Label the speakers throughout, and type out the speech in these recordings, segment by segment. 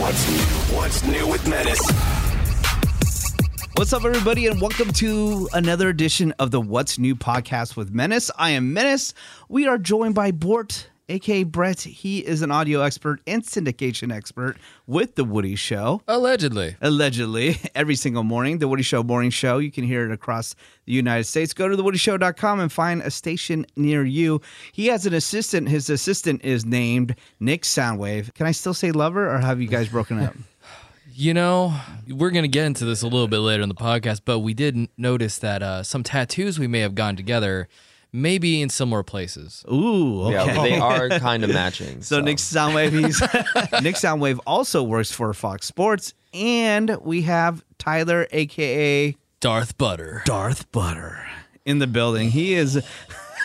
Speaker 1: What's new? What's new with Menace?
Speaker 2: What's up, everybody, and welcome to another edition of the What's New podcast with Menace. I am Menace. We are joined by Bort, aka Brett. He is an audio expert and syndication expert with The Woody Show.
Speaker 3: Allegedly.
Speaker 2: Allegedly, every single morning, The Woody Show Morning Show. You can hear it across the United States. Go to thewoodyshow.com and find a station near you. He has an assistant. His assistant is named Nick Soundwave. Can I still say lover, or have you guys broken up?
Speaker 3: You know, we're going to get into this a little bit later in the podcast, but we did n- notice that uh, some tattoos we may have gone together, maybe in similar places.
Speaker 2: Ooh, okay.
Speaker 4: Yeah, they are kind of matching.
Speaker 2: So, Nick Soundwave, he's Nick Soundwave also works for Fox Sports, and we have Tyler, aka
Speaker 3: Darth Butter.
Speaker 2: Darth Butter, in the building. He is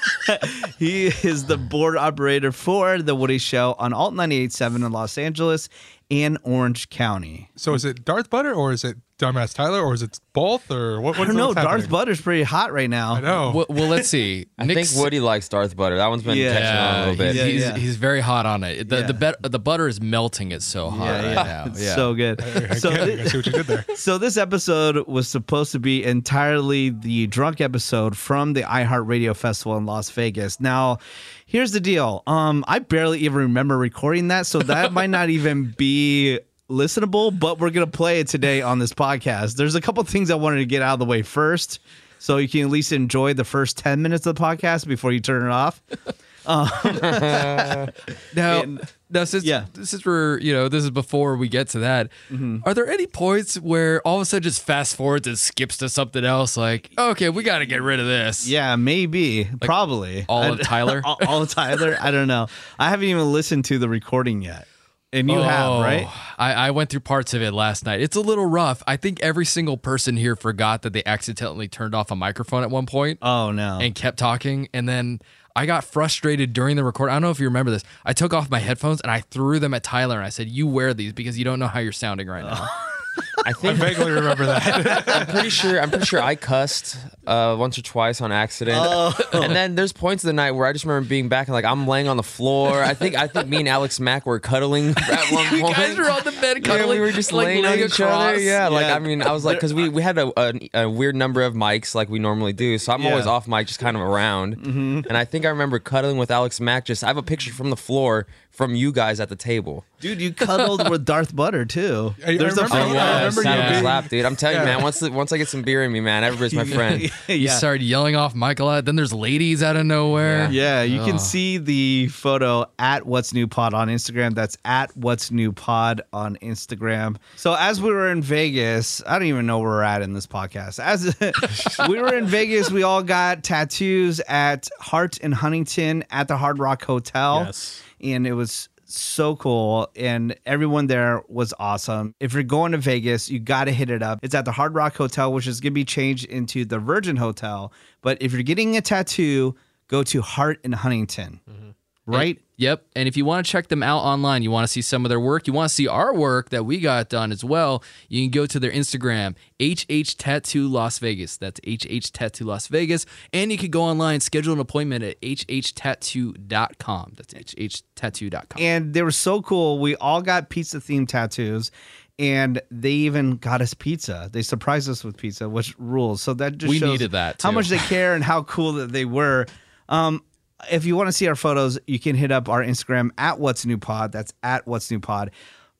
Speaker 2: he is the board operator for the Woody Show on Alt 98.7 in Los Angeles and Orange County.
Speaker 5: So is it Darth Butter or is it Dumbass Tyler or is it both or what? what
Speaker 2: I don't know.
Speaker 5: what's happening?
Speaker 2: Darth Butter's pretty hot right now.
Speaker 5: I know.
Speaker 3: Well, well, let's see. uh,
Speaker 4: I think Woody likes Darth Butter. That one's been
Speaker 2: Yeah.
Speaker 4: catching on a little bit.
Speaker 2: Yeah,
Speaker 3: he's,
Speaker 2: yeah.
Speaker 3: he's very hot on it. The,
Speaker 2: Yeah.
Speaker 3: the, bet- the butter is melting it so hot
Speaker 2: Yeah,
Speaker 3: right
Speaker 2: yeah.
Speaker 3: now.
Speaker 2: It's
Speaker 3: Yeah.
Speaker 2: So good. So
Speaker 5: I see what you did there.
Speaker 2: So this episode was supposed to be entirely the drunk episode from the iHeartRadio Festival in Las Vegas. Now, here's the deal. Um, I barely even remember recording that, so that might not even be listenable, but we're gonna play it today on this podcast. There's a couple things I wanted to get out of the way first. So you can at least enjoy the first 10 minutes of the podcast before you turn it off. Um,
Speaker 3: Now,
Speaker 2: And-
Speaker 3: now since
Speaker 2: yeah. Mm-hmm.
Speaker 3: this is where you know this is before we get to that. Are there any points where all of a sudden just fast forwards and skips to something else? Like, okay, we got to get rid of this.
Speaker 2: Yeah, maybe. probably.
Speaker 3: all
Speaker 2: I-
Speaker 3: of Tyler?
Speaker 2: all, all of Tyler? I don't know. I haven't even listened to the recording yet. And you have,
Speaker 3: Oh,
Speaker 2: right?
Speaker 3: I, I went through parts of it last night. It's a little rough. I think every single person here forgot that they accidentally turned off a microphone at one point
Speaker 2: Oh
Speaker 4: Uh-huh.
Speaker 2: no.
Speaker 3: and kept talking. And then I got frustrated during the record. I don't know if you remember this. I took off my headphones and I threw them at Tyler and I said, "You wear these because you don't know how you're sounding right now."
Speaker 4: I think
Speaker 5: Vaguely remember that.
Speaker 4: I'm pretty sure. I'm pretty sure I cussed uh, once or twice on accident.
Speaker 2: Oh.
Speaker 4: And then there's points of the night where I just remember being back and like I'm laying on the floor. I think I think me and Alex Mack were cuddling at one
Speaker 3: you
Speaker 4: point.
Speaker 3: guys were on the bed
Speaker 4: Yeah,
Speaker 3: cuddling.
Speaker 4: we were just
Speaker 3: like,
Speaker 4: laying on
Speaker 3: leg
Speaker 4: each other.
Speaker 3: across.
Speaker 4: Yeah, like
Speaker 2: Yeah.
Speaker 4: I mean, I was like, because we, we had a, a, a weird number of mics like we normally do, so I'm
Speaker 2: Yeah.
Speaker 4: always off mic, just kind of around. And I think I remember cuddling with Alex Mack. Just I have a picture from the floor from you guys at the table.
Speaker 2: Dude, you cuddled with Darth Butter too.
Speaker 5: I- I
Speaker 2: There's a
Speaker 5: remember-
Speaker 2: photo.
Speaker 5: I
Speaker 4: Yes,
Speaker 5: remember you
Speaker 4: that was
Speaker 5: being-
Speaker 4: slap, dude. I'm telling you, man. Once the, once I get some beer in me, man, everybody's my friend.
Speaker 3: You
Speaker 2: yeah.
Speaker 3: started yelling off Michael. Then there's ladies out of nowhere.
Speaker 2: Yeah, you can see the photo at What's New Pod on Instagram. That's at What's New Pod on Instagram. So as we were in Vegas, I don't even know where we're at in this podcast. As we were in Vegas, we all got tattoos at Hart and Huntington at the Hard Rock Hotel.
Speaker 5: Yes.
Speaker 2: And it was so cool and everyone there was awesome if you're going to vegas you got to hit it up it's at the hard rock hotel which is going to be changed into the virgin hotel but if you're getting a tattoo go to hart and huntington
Speaker 3: Mm-hmm.
Speaker 2: right
Speaker 3: Yep. And if you want to check them out online, you want to see some of their work, you want to see our work that we got done as well, you can go to their Instagram, HH Tattoo Las Vegas. That's HH Tattoo Las Vegas. And you can go online, schedule an appointment at hhtattoo.com. That's hhtattoo.com.
Speaker 2: and they were so cool we all got pizza themed tattoos and they even got us pizza. They surprised us with pizza, which rules. So that just
Speaker 3: We
Speaker 2: shows
Speaker 3: needed that,
Speaker 2: how
Speaker 3: too.
Speaker 2: much they care and how cool that they were. Um, if you want to see our photos, you can hit up our Instagram at What's New Pod. That's at What's New Pod.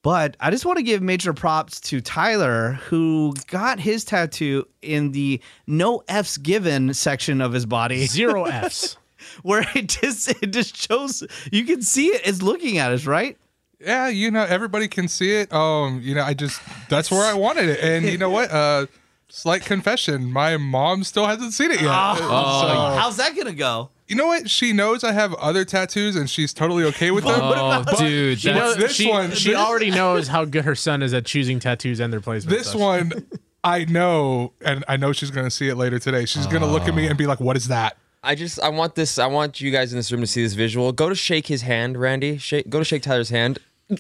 Speaker 2: But I just want to give major props to Tyler, who got his tattoo in the no F's given section of his body. Zero F's. Where it just it just shows you can see it. It's looking at us, right?
Speaker 5: yeah, you know, everybody can see it. Um, you know, I just that's where I wanted it. And you know what? Uh slight confession. My mom still hasn't seen it yet.
Speaker 2: Ah.
Speaker 5: So,
Speaker 2: Oh, How's that gonna go?
Speaker 5: you know what? She knows I have other tattoos and she's totally okay with them.
Speaker 3: Oh, dude.
Speaker 6: She,
Speaker 3: that's-
Speaker 6: knows,
Speaker 5: What's this
Speaker 6: she,
Speaker 5: one?
Speaker 6: she
Speaker 5: This-
Speaker 6: already knows how good her son is at choosing tattoos and their placement.
Speaker 5: This one I know, and I know she's gonna see it later today. She's gonna look at me and be like, What is that?
Speaker 4: I just I want this. I want you guys in this room to see this visual. Go to shake his hand, Randy. Shake, go to shake Tyler's hand.
Speaker 2: So,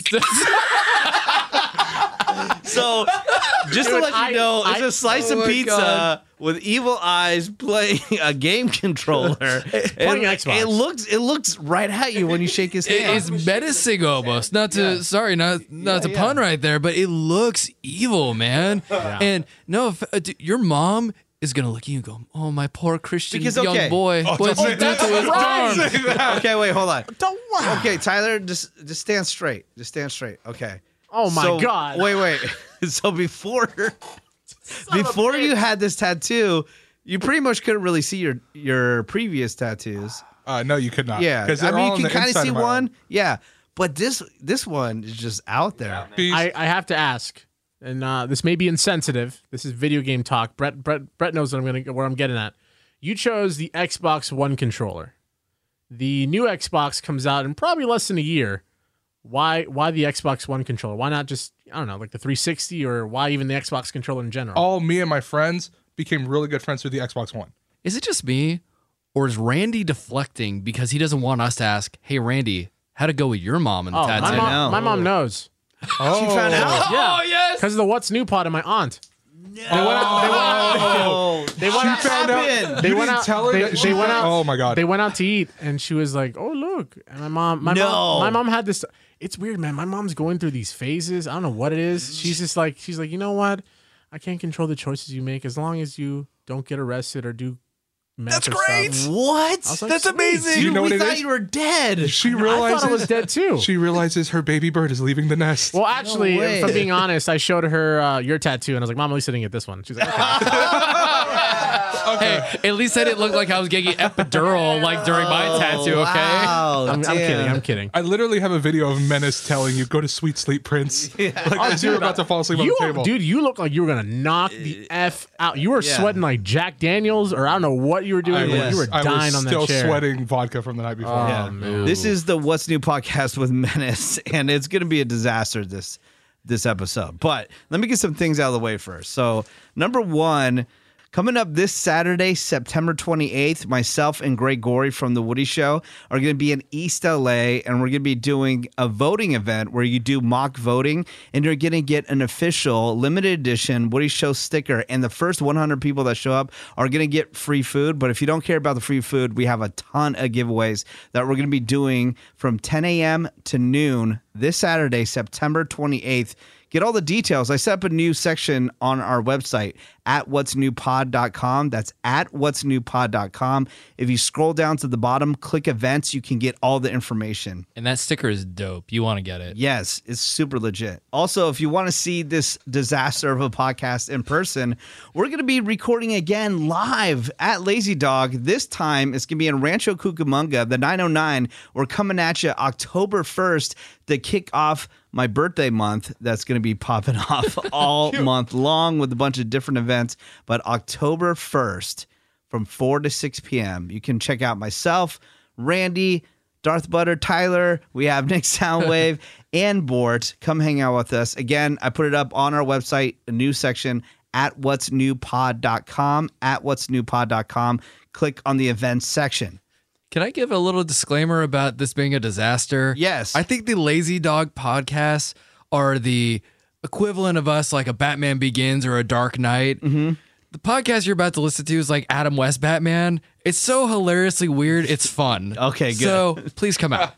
Speaker 2: just to let you know, it's a slice
Speaker 3: Oh
Speaker 2: of
Speaker 3: my
Speaker 2: pizza
Speaker 3: God.
Speaker 2: with evil eyes playing a game controller.
Speaker 6: playing
Speaker 2: And
Speaker 6: Xbox.
Speaker 2: It looks it looks right at you when you shake his hand.
Speaker 3: It's menacing almost. Not to sorry, not not to pun right there, but it looks evil, man. And no, if, uh, d- your mom is gonna look at you and go, "Oh, my poor Christian
Speaker 2: Because,
Speaker 3: young
Speaker 2: okay. Oh,
Speaker 3: boy, what you do to his arm?"
Speaker 2: okay, wait, hold on. Don't lie. Okay, Tyler, just just stand straight. Just stand straight. Okay.
Speaker 6: Oh my
Speaker 2: So-
Speaker 6: god!
Speaker 2: Wait, wait. so before before you had this tattoo, you pretty much couldn't really see your your previous tattoos.
Speaker 5: Uh, no, you could not.
Speaker 2: Yeah.
Speaker 5: because
Speaker 2: I mean, you can kind of see one. Yeah. But this this one is just out there.
Speaker 6: I, I have to ask, and uh, this may be insensitive. This is video game talk. Brett Brett Brett knows what I'm gonna where I'm getting at. You chose the Xbox One controller. The new Xbox comes out in probably less than a year. Why why the Xbox One controller? Why not just I don't know like the 360 or why even the Xbox controller in general?
Speaker 5: all me and my friends became really good friends through the Xbox One.
Speaker 3: Is it just me, or is Randy deflecting because he doesn't want us to ask, "Hey, Randy, how'd it go with your mom and the
Speaker 6: Oh,
Speaker 3: tattoo?"
Speaker 6: my mom,
Speaker 2: know.
Speaker 6: my mom knows
Speaker 5: Oh, she found out.
Speaker 3: Oh yes.
Speaker 6: because of the What's New pod and my aunt.
Speaker 2: Oh,
Speaker 6: They went out.
Speaker 5: found out.
Speaker 2: happened?
Speaker 6: They
Speaker 5: You
Speaker 6: went
Speaker 5: didn't
Speaker 6: out.
Speaker 5: tell her
Speaker 6: they,
Speaker 5: that
Speaker 6: they
Speaker 5: she
Speaker 6: went
Speaker 5: found-
Speaker 6: out.
Speaker 5: Oh my God.
Speaker 6: They went out to eat, and she was like, "Oh look!" And my mom, my
Speaker 2: No.
Speaker 6: mom, my mom had this. It's weird, man. My mom's going through these phases. I don't know what it is. She's just like, she's like, you know what? I can't control the choices you make as long as you don't get arrested or do. That's great.
Speaker 2: What?
Speaker 6: That's amazing.
Speaker 5: You know
Speaker 2: we
Speaker 5: what it
Speaker 2: thought
Speaker 5: is?
Speaker 2: you were dead.
Speaker 5: She
Speaker 6: I
Speaker 5: realizes
Speaker 6: thought I was dead too.
Speaker 5: she realizes her baby bird is leaving the nest.
Speaker 6: well, actually,
Speaker 2: way.
Speaker 6: if I'm being honest, I showed her uh, your tattoo, and I was like, "Mom, at least I didn't get this one." She's like, okay.
Speaker 3: Hey, at least I didn't look like I was getting epidural like during my tattoo. Okay.
Speaker 2: Oh, Wow,
Speaker 6: I'm, I'm
Speaker 2: damn.
Speaker 6: kidding. I'm kidding."
Speaker 5: I literally have a video of Menace telling you go to sweet sleep, Prince. Like as you're about to fall asleep
Speaker 6: You,
Speaker 5: on the table.
Speaker 6: dude, you look like you were gonna knock the f out. You were
Speaker 2: Uh, yeah.
Speaker 6: sweating like Jack Daniels, or I don't know what you were
Speaker 5: I
Speaker 6: doing. but
Speaker 5: was,
Speaker 6: You were
Speaker 5: I was
Speaker 6: dying on
Speaker 5: still
Speaker 6: that chair. Oh,
Speaker 5: sweating vodka from the night before.
Speaker 2: Yeah. This is the What's New podcast with Menace, and it's going to be a disaster this this episode. But let me get some things out of the way first. So, number one, coming up this Saturday, September 28th, myself and Greg Gorey from The Woody Show are going to be in East LA, and we're going to be doing a voting event where you do mock voting, and you're going to get an official limited edition Woody Show sticker. And the first 100 people that show up are going to get free food. But if you don't care about the free food, we have a ton of giveaways that we're going to be doing from 10 a.m. to noon this Saturday, September 28th. Get all the details. I set up a new section on our website at what'snewpod.com. That's at what'snewpod.com. If you scroll down to the bottom, click events, you can get all the information.
Speaker 3: And that sticker is dope. You want to get it.
Speaker 2: Yes, it's super legit. Also, if you want to see this disaster of a podcast in person, we're going to be recording again live at Lazy Dog. This time it's going to be in Rancho Cucamonga, the 909. We're coming at you October 1st to kick off my birthday month. That's going to be popping off all month long with a bunch of different events. But October 1st, from 4 to 6 p.m. You can check out myself, Randy, Darth Butter, Tyler. We have Nick Soundwave and Bort. Come hang out with us. Again, I put it up on our website, a new section at what's newpod.com, at what's newpod.com. Click on the events section.
Speaker 3: Can I give a little disclaimer about this being a disaster?
Speaker 2: Yes.
Speaker 3: I think the Lazy Dog podcasts are the equivalent of us, like a Batman Begins or a Dark Knight. Mm-hmm. The podcast you're about to listen to is like Adam West Batman. It's so hilariously weird. It's fun.
Speaker 2: Okay, good.
Speaker 3: So please come out.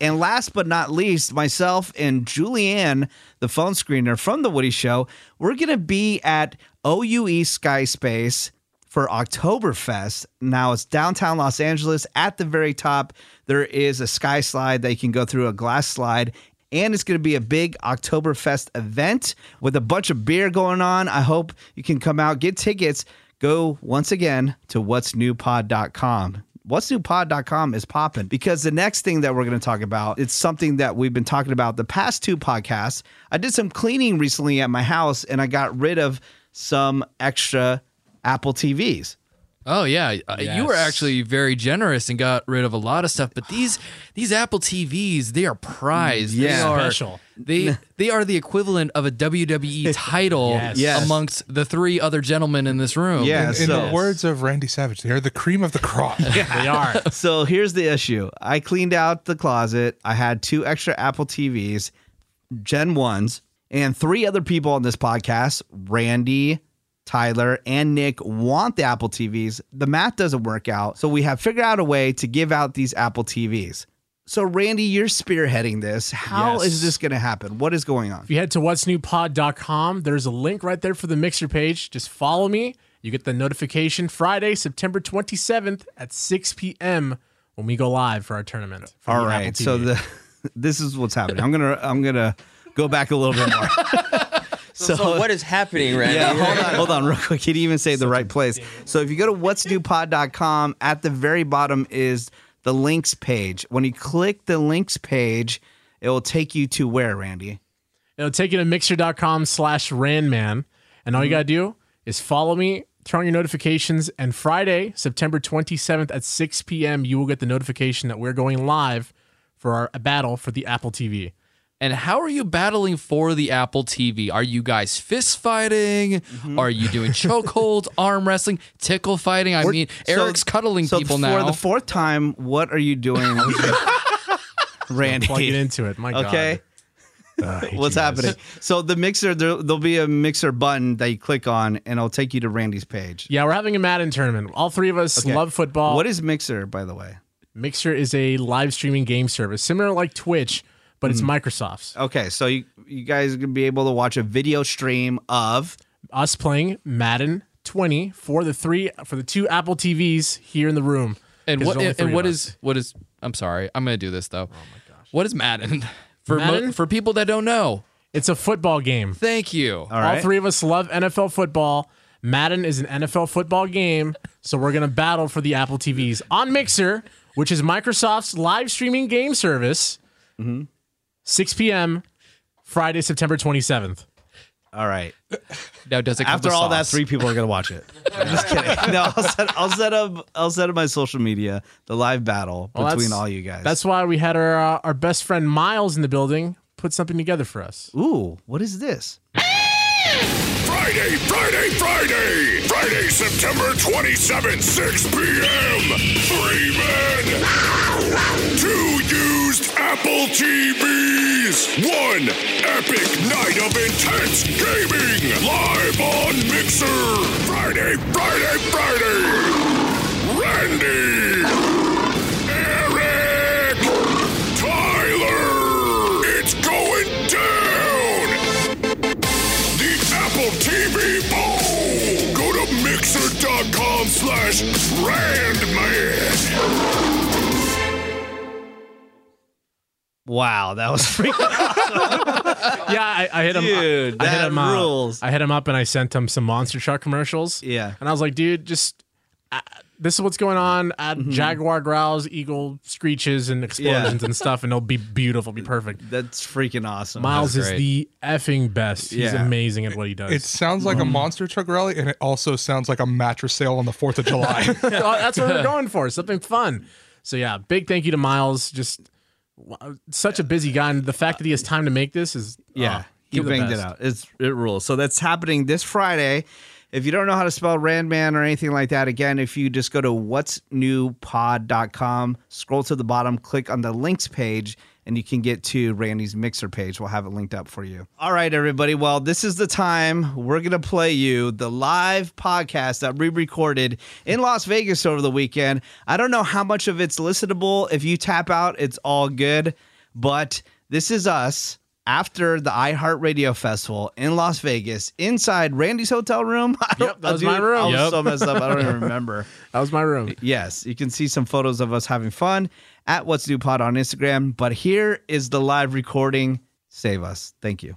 Speaker 2: And last but not least, myself and Julianne, the phone screener from The Woody Show, we're going to be at OUE Skyspace for Oktoberfest. Now it's downtown Los Angeles. At the very top, there is a sky slide that you can go through, a glass slide. And it's going to be a big Oktoberfest event with a bunch of beer going on. I hope you can come out, get tickets. Go once again to what'snewpod.com what's newpod.com is popping because the next thing that we're going to talk about it's something that we've been talking about the past two podcasts i did some cleaning recently at my house and i got rid of some extra apple tvs
Speaker 3: Oh yeah, Uh, you were
Speaker 6: Yes.
Speaker 3: actually very generous and got rid of a lot of stuff. But these these Apple TVs, they are prized.
Speaker 2: Yeah.
Speaker 3: they are,
Speaker 6: Special.
Speaker 3: They they are the equivalent of a WWE title
Speaker 6: Yes.
Speaker 2: Yes.
Speaker 3: amongst the three other gentlemen in this room.
Speaker 2: Yeah.
Speaker 5: In
Speaker 2: so-
Speaker 5: the words of Randy Savage, they are the cream of the crop.
Speaker 6: They are.
Speaker 2: so here's the issue i cleaned out the closet i had two extra apple tvs gen 1s and three other people on this podcast, Randy, Tyler, and Nick, want the Apple TVs. The math doesn't work out. So we have figured out a way to give out these Apple TVs. So, Randy, you're spearheading this. How is
Speaker 6: Yes.
Speaker 2: this going to happen? What is going on?
Speaker 6: If you head to what'snewpod.com, there's a link right there for the mixer page. Just follow me. You get the notification Friday, September 27th at 6 p.m. when we go live for our tournament. for
Speaker 2: All
Speaker 6: the
Speaker 2: right.
Speaker 6: Apple
Speaker 2: So
Speaker 6: TV.
Speaker 2: the this is what's happening. I'm gonna I'm gonna go back a little bit more.
Speaker 4: So, what is happening, Randy?
Speaker 2: Yeah, hold on, hold on, real quick. He'd even say the right place. So if you go to what'snewpod.com, at the very bottom is the links page. When you click the links page, it will take you to where, Randy?
Speaker 6: It'll take you to mixer.com slash ranman. And
Speaker 2: Mm-hmm.
Speaker 6: all you got to do is follow me, turn on your notifications, and Friday, September 27th at 6 p.m., you will get the notification that we're going live for our battle for the Apple TV.
Speaker 3: And how are you battling for the Apple TV? Are you guys fist fighting?
Speaker 6: Mm-hmm.
Speaker 3: Are you doing chokeholds, arm wrestling, tickle fighting? I mean, Eric's
Speaker 2: So-
Speaker 3: cuddling
Speaker 2: so
Speaker 3: people
Speaker 2: for
Speaker 3: now.
Speaker 2: the fourth time, what are you doing, Randy?
Speaker 6: Plug it into it. My God.
Speaker 2: Okay.
Speaker 6: I hate
Speaker 2: What's
Speaker 6: you guys.
Speaker 2: happening? So the mixer, there, there'll be a mixer button that you click on, and it'll take you to Randy's page.
Speaker 6: Yeah, we're having a Madden tournament. All three of us
Speaker 2: Okay.
Speaker 6: love football.
Speaker 2: What is Mixer, by the way?
Speaker 6: Mixer is a live streaming game service, similar like Twitch, but it's
Speaker 2: Mm.
Speaker 6: Microsoft's.
Speaker 2: Okay, so you you guys are gonna be able to watch a video stream of
Speaker 6: Us playing Madden 20 for the three for the two Apple TVs here in the room.
Speaker 3: and
Speaker 6: 'Cause
Speaker 3: what
Speaker 6: there's only
Speaker 3: and,
Speaker 6: three of
Speaker 3: what
Speaker 6: us.
Speaker 3: is what is I'm sorry, I'm gonna do this though. Oh my gosh. What is Madden? For mo-
Speaker 6: Madden?
Speaker 3: for people that don't know,
Speaker 6: It's a football game.
Speaker 3: thank you.
Speaker 2: all
Speaker 6: All,
Speaker 2: right.
Speaker 6: three of us love NFL football. Madden is an NFL football game, so we're gonna battle for the Apple TVs on Mixer, which is Microsoft's live streaming game service.
Speaker 2: Mm-hmm.
Speaker 6: 6 p.m. Friday, September 27th.
Speaker 2: All right.
Speaker 3: Now does it come
Speaker 2: After
Speaker 3: with
Speaker 2: all that,
Speaker 3: sauce?
Speaker 2: three people are gonna watch it. I'm just kidding. No, I'll set, I'll set up I'll set up my social media, the live battle
Speaker 6: Well, that's-
Speaker 2: between all you guys.
Speaker 6: That's why we had our uh, our best friend Miles in the building put something together for us.
Speaker 2: ooh, what is this?
Speaker 1: Friday, Friday, Friday! Friday, September 27th, 6 p.m. Three men, two used Apple TVs, one epic night of intense gaming live on Mixer. Friday, Friday, Friday! Randy! Eric! Tyler! It's going down! the Apple TV Bowl. Go to mixer.com slash Randman.
Speaker 2: Wow, that was freaking
Speaker 6: Yeah, I, I hit him.
Speaker 2: Dude,
Speaker 6: I, I
Speaker 2: that
Speaker 6: hit him, uh,
Speaker 2: rules.
Speaker 6: I hit him up and I sent him some Monster Truck commercials.
Speaker 2: Yeah.
Speaker 6: and I was like, dude, just uh, this is what's going on. Add
Speaker 2: Mm-hmm.
Speaker 6: jaguar growls, eagle screeches, and explosions and stuff, and it'll be beautiful, it'll be perfect.
Speaker 2: that's freaking awesome.
Speaker 6: Miles is
Speaker 3: great.
Speaker 6: the effing best. He's
Speaker 2: Yeah.
Speaker 6: amazing at what he does.
Speaker 5: It sounds like a
Speaker 6: Mm.
Speaker 5: monster truck rally, and it also sounds like a mattress sale on the Fourth of July.
Speaker 6: Uh, that's what we're going for something fun so yeah big thank you to miles just wow, such a busy guy and the fact that he has time to make this is
Speaker 2: Yeah,
Speaker 6: uh,
Speaker 2: he
Speaker 6: you're the
Speaker 2: banged it
Speaker 6: best.
Speaker 2: out. It's it rules. So that's happening this Friday. If you don't know how to spell Randman or anything like that, again, if you just go to what'snewpod.com, scroll to the bottom, click on the links page, and you can get to Randy's mixer page. We'll have it linked up for you. All right, everybody. Well, this is the time we're going to play you the live podcast that we recorded in Las Vegas over the weekend. I don't know how much of it's listenable. If you tap out, it's all good. But this is us after the iHeartRadio Festival in Las Vegas, inside Randy's hotel room. I don't-
Speaker 6: Yep, that was my room.
Speaker 2: I was
Speaker 6: Yep.
Speaker 2: so messed up. I don't even remember.
Speaker 6: that was my room
Speaker 2: Yes, you can see some photos of us having fun at What's New Pod on Instagram. But here is the live recording. Save us. Thank you.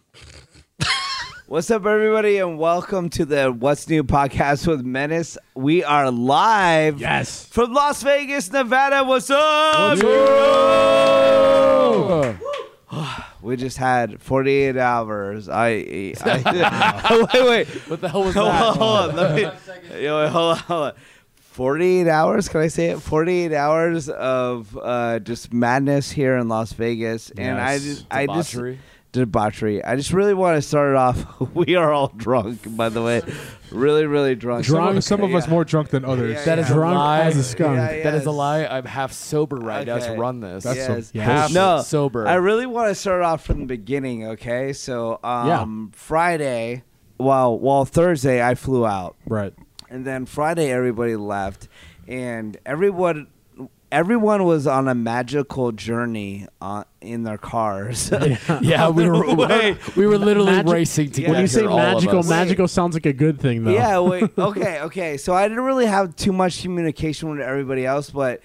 Speaker 2: What's up, everybody, and welcome to the What's New podcast with Menace. We are live
Speaker 6: yes
Speaker 2: from Las Vegas, Nevada. What's up? We just had 48 hours. I, I- wait, wait. What the hell was that? Hold on, let me, yo, wait, hold on, hold on. 48 hours, can I say it? 48 hours of uh, just madness here in Las Vegas. And I
Speaker 6: Yes.
Speaker 2: just, I just,
Speaker 4: Debauchery.
Speaker 2: debauchery. I just really want to start it off. we are all drunk, by the way, really, really drunk.
Speaker 7: Drunk.
Speaker 5: Some, some of us
Speaker 2: Yeah.
Speaker 5: more drunk than others.
Speaker 7: That is
Speaker 2: Yeah.
Speaker 7: drunk
Speaker 2: Lie.
Speaker 7: as a skunk.
Speaker 2: Yeah,
Speaker 7: That is a
Speaker 2: yes.
Speaker 7: lie. I'm half sober right now to
Speaker 2: Okay.
Speaker 7: run this.
Speaker 5: That's
Speaker 2: yes.
Speaker 5: some
Speaker 7: half
Speaker 2: no,
Speaker 7: sober.
Speaker 2: I really want to start off from the beginning. Okay, so
Speaker 7: Yeah.
Speaker 2: um, Friday, well, well, Thursday I flew out.
Speaker 7: right.
Speaker 2: and then Friday everybody left, and everyone everyone was on a magical journey uh, in their cars.
Speaker 7: Yeah, we were
Speaker 2: Wait.
Speaker 7: we were literally
Speaker 6: Magic-
Speaker 7: racing to
Speaker 2: Yeah.
Speaker 7: get
Speaker 6: When you say
Speaker 7: here, all of
Speaker 6: magical,
Speaker 7: us.
Speaker 6: magical sounds like a good thing, though.
Speaker 2: Yeah, wait. Okay, okay. So I didn't really have too much communication with everybody else, but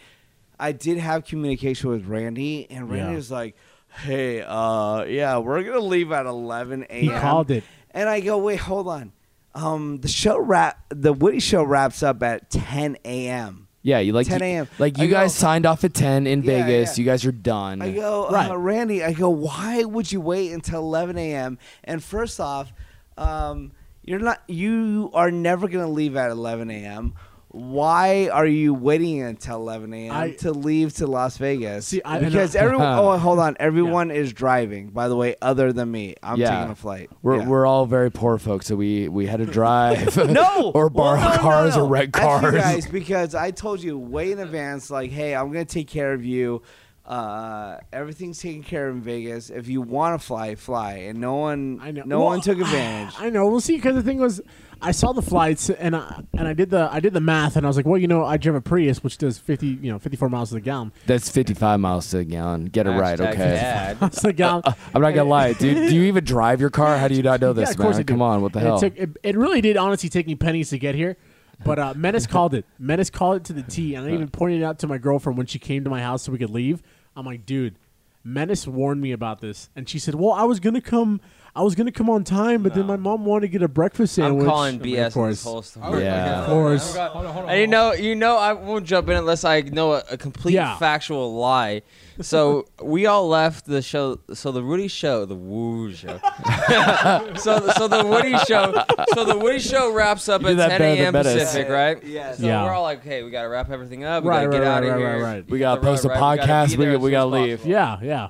Speaker 2: I did have communication with Randy, and Randy
Speaker 6: Yeah.
Speaker 2: was like, "Hey, uh, yeah, we're gonna leave at 11 a.m."
Speaker 6: He called it.
Speaker 2: and I go, "Wait, hold on. Um, the show wrap, the Woody show wraps up at 10 a.m."
Speaker 7: Yeah, you like
Speaker 2: 10 a.m..
Speaker 7: Like you
Speaker 2: I go-
Speaker 7: guys signed off at 10 in
Speaker 2: Yeah,
Speaker 7: Vegas.
Speaker 2: yeah.
Speaker 7: You guys are done.
Speaker 2: I go, uh,
Speaker 6: Right.
Speaker 2: Randy, I go, why would you wait until 11 a.m.? And first off, um, you're not, you are never going to leave at 11 a.m. Why are you waiting until 11 a.m.
Speaker 6: I-
Speaker 2: to leave to Las Vegas?
Speaker 6: See, I-
Speaker 2: because
Speaker 6: and I-
Speaker 2: everyone, oh, hold on, everyone is driving, by the way, other than me. I'm
Speaker 7: Yeah.
Speaker 2: taking a flight.
Speaker 7: We're,
Speaker 2: Yeah.
Speaker 7: we're all very poor folks, so we, we had to drive
Speaker 2: no
Speaker 7: or borrow
Speaker 2: Well, no, no,
Speaker 7: cars
Speaker 2: no.
Speaker 7: or rent
Speaker 2: That's you
Speaker 7: cars.
Speaker 2: guys because I told you way in advance like hey I'm gonna take care of you uh, everything's taken care of in Vegas if you want to fly fly and no one
Speaker 6: I know.
Speaker 2: no
Speaker 6: Well,
Speaker 2: one took advantage
Speaker 6: I know. We'll see. Because the thing was, I saw the flights and I and I did the I did the math and I was like, well, you know, I drive a Prius, which does fifty, you know, fifty four miles to the gallon.
Speaker 7: That's 55 miles to the gallon. Get it right,
Speaker 4: Hashtag
Speaker 7: okay?
Speaker 4: ad.
Speaker 6: It's the gallon.
Speaker 7: I'm not gonna lie, dude. Do you even drive your car? How do you not know this,
Speaker 6: yeah, of
Speaker 7: man?
Speaker 6: course I do.
Speaker 7: Come on, what the
Speaker 6: And
Speaker 7: hell?
Speaker 6: It, took, it, it really did honestly take me pennies to get here. But uh, Menace called it. Menace called it to the T, and I even pointed it out to my girlfriend when she came to my house so we could leave. I'm like, dude, Menace warned me about this, and she said, "Well, I was gonna come, I was gonna come on time, but then my mom wanted to get a breakfast
Speaker 4: I'm
Speaker 6: sandwich."
Speaker 4: calling
Speaker 6: I mean,
Speaker 4: BS
Speaker 6: of
Speaker 4: on this
Speaker 6: course.
Speaker 4: whole
Speaker 5: I would-
Speaker 4: story.
Speaker 7: Yeah.
Speaker 5: I
Speaker 6: Of
Speaker 5: forgot-
Speaker 6: course.
Speaker 5: I forgot- Hold on, hold on,
Speaker 4: And you
Speaker 5: hold on.
Speaker 4: know, you know, I won't jump in unless I know a, a complete
Speaker 6: Yeah.
Speaker 4: factual lie. So we all left the show. So the Rudy show, the Woo show. so so the Woody show. So the Woody show wraps up
Speaker 7: You did
Speaker 4: at
Speaker 7: that
Speaker 4: 10
Speaker 7: better than
Speaker 4: a.m.
Speaker 7: Metis.
Speaker 4: Pacific, right?
Speaker 2: Yes.
Speaker 4: So
Speaker 6: Yeah.
Speaker 4: we're all like, okay, we gotta wrap everything up. We
Speaker 6: Right,
Speaker 4: gotta
Speaker 6: right,
Speaker 4: get
Speaker 6: right,
Speaker 4: out of
Speaker 6: right,
Speaker 4: here.
Speaker 6: right, right.
Speaker 7: We gotta
Speaker 4: Hit the road,
Speaker 7: post a
Speaker 4: right? We
Speaker 7: podcast.
Speaker 4: be
Speaker 7: We-
Speaker 4: there as
Speaker 7: we
Speaker 4: soon as
Speaker 7: gotta leave.
Speaker 4: possible.
Speaker 6: Yeah, yeah.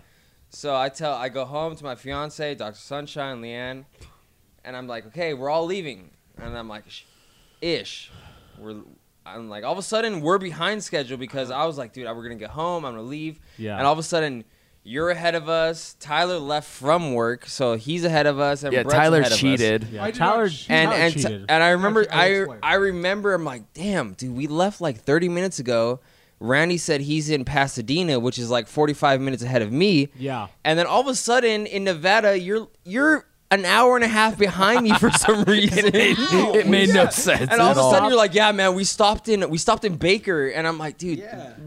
Speaker 4: So I tell I go home to my fiance, Dr. Sunshine, Leanne, and I'm like, okay, we're all leaving, and I'm like, "Sh- ish, we're. I'm like, all of a sudden we're behind schedule because I was like, dude, we're gonna get home, I'm gonna leave,
Speaker 6: Yeah.
Speaker 4: and all of a sudden. You're ahead of us. Tyler left from work, so he's ahead of us. And
Speaker 7: yeah,
Speaker 4: Brett's
Speaker 7: Tyler
Speaker 4: ahead of us.
Speaker 7: cheated.
Speaker 6: Yeah,
Speaker 5: I did
Speaker 6: Tyler,
Speaker 5: not cheat.
Speaker 4: And
Speaker 6: Tyler
Speaker 4: and,
Speaker 6: cheated.
Speaker 4: and I remember
Speaker 5: I'll
Speaker 4: I
Speaker 5: explain.
Speaker 4: I remember I'm like, damn, dude, we left like 30 minutes ago. Randy said he's in Pasadena, which is like 45 minutes ahead of me.
Speaker 6: yeah.
Speaker 4: And then all of a sudden in Nevada, you're you're an hour and a half behind me for some reason.
Speaker 7: It made no sense.
Speaker 4: And all
Speaker 7: at
Speaker 4: of a sudden you're like, yeah, man, we stopped in we stopped in Baker, and I'm like, dude,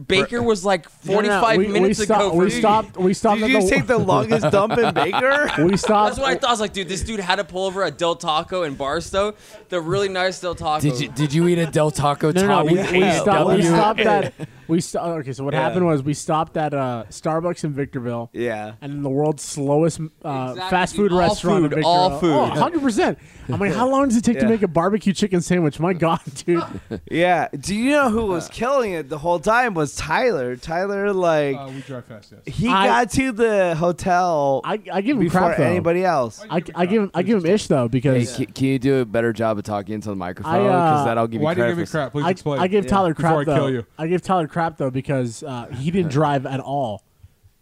Speaker 4: Baker was like
Speaker 6: No, no,
Speaker 4: 45
Speaker 6: we-
Speaker 4: minutes
Speaker 6: we
Speaker 4: ago.
Speaker 6: Stopped,
Speaker 4: for
Speaker 6: we
Speaker 4: me.
Speaker 6: stopped. We stopped.
Speaker 2: did
Speaker 6: at
Speaker 2: you
Speaker 6: the,
Speaker 2: take the longest dump in Baker
Speaker 6: We stopped.
Speaker 4: That's what I thought. I was like, dude, this dude had to pull over at Del Taco in Barstow, the really nice Del Taco.
Speaker 7: did you did you eat a Del Taco?
Speaker 6: No, no,
Speaker 7: Tommy?
Speaker 6: we, we
Speaker 7: Yeah.
Speaker 6: stopped.
Speaker 7: W?
Speaker 6: We stopped at. We sto- Okay, so what happened was we stopped at uh, Starbucks in Victorville.
Speaker 2: yeah
Speaker 6: And in the world's slowest uh,
Speaker 4: Exactly,
Speaker 6: fast food
Speaker 4: all
Speaker 6: restaurant, in
Speaker 4: food, all
Speaker 6: Victorville.
Speaker 4: food.
Speaker 6: Oh, 100%. I'm like, how long does it take to
Speaker 2: Yeah.
Speaker 6: make a barbecue chicken sandwich? My God, dude.
Speaker 2: yeah do you know who
Speaker 6: Uh,
Speaker 2: was killing it the whole time was Tyler Tyler like
Speaker 5: Uh, we drive fast, yes.
Speaker 2: he
Speaker 6: I-
Speaker 2: got to the hotel
Speaker 6: I, I give him
Speaker 2: before
Speaker 6: crap, though.
Speaker 2: anybody else
Speaker 6: I, I give him I give him ish though
Speaker 7: Hey,
Speaker 6: because
Speaker 7: ca- can you do a better job of talking into the microphone?
Speaker 6: I, uh,
Speaker 7: Because that'll give you
Speaker 5: Why do you
Speaker 7: credit
Speaker 5: give me
Speaker 7: for-
Speaker 5: crap? Please
Speaker 6: I,
Speaker 5: explain.
Speaker 6: I gave Tyler
Speaker 5: Before
Speaker 6: crap
Speaker 5: I kill
Speaker 6: though.
Speaker 5: you.
Speaker 6: I gave Tyler crap though because uh, he didn't drive at all.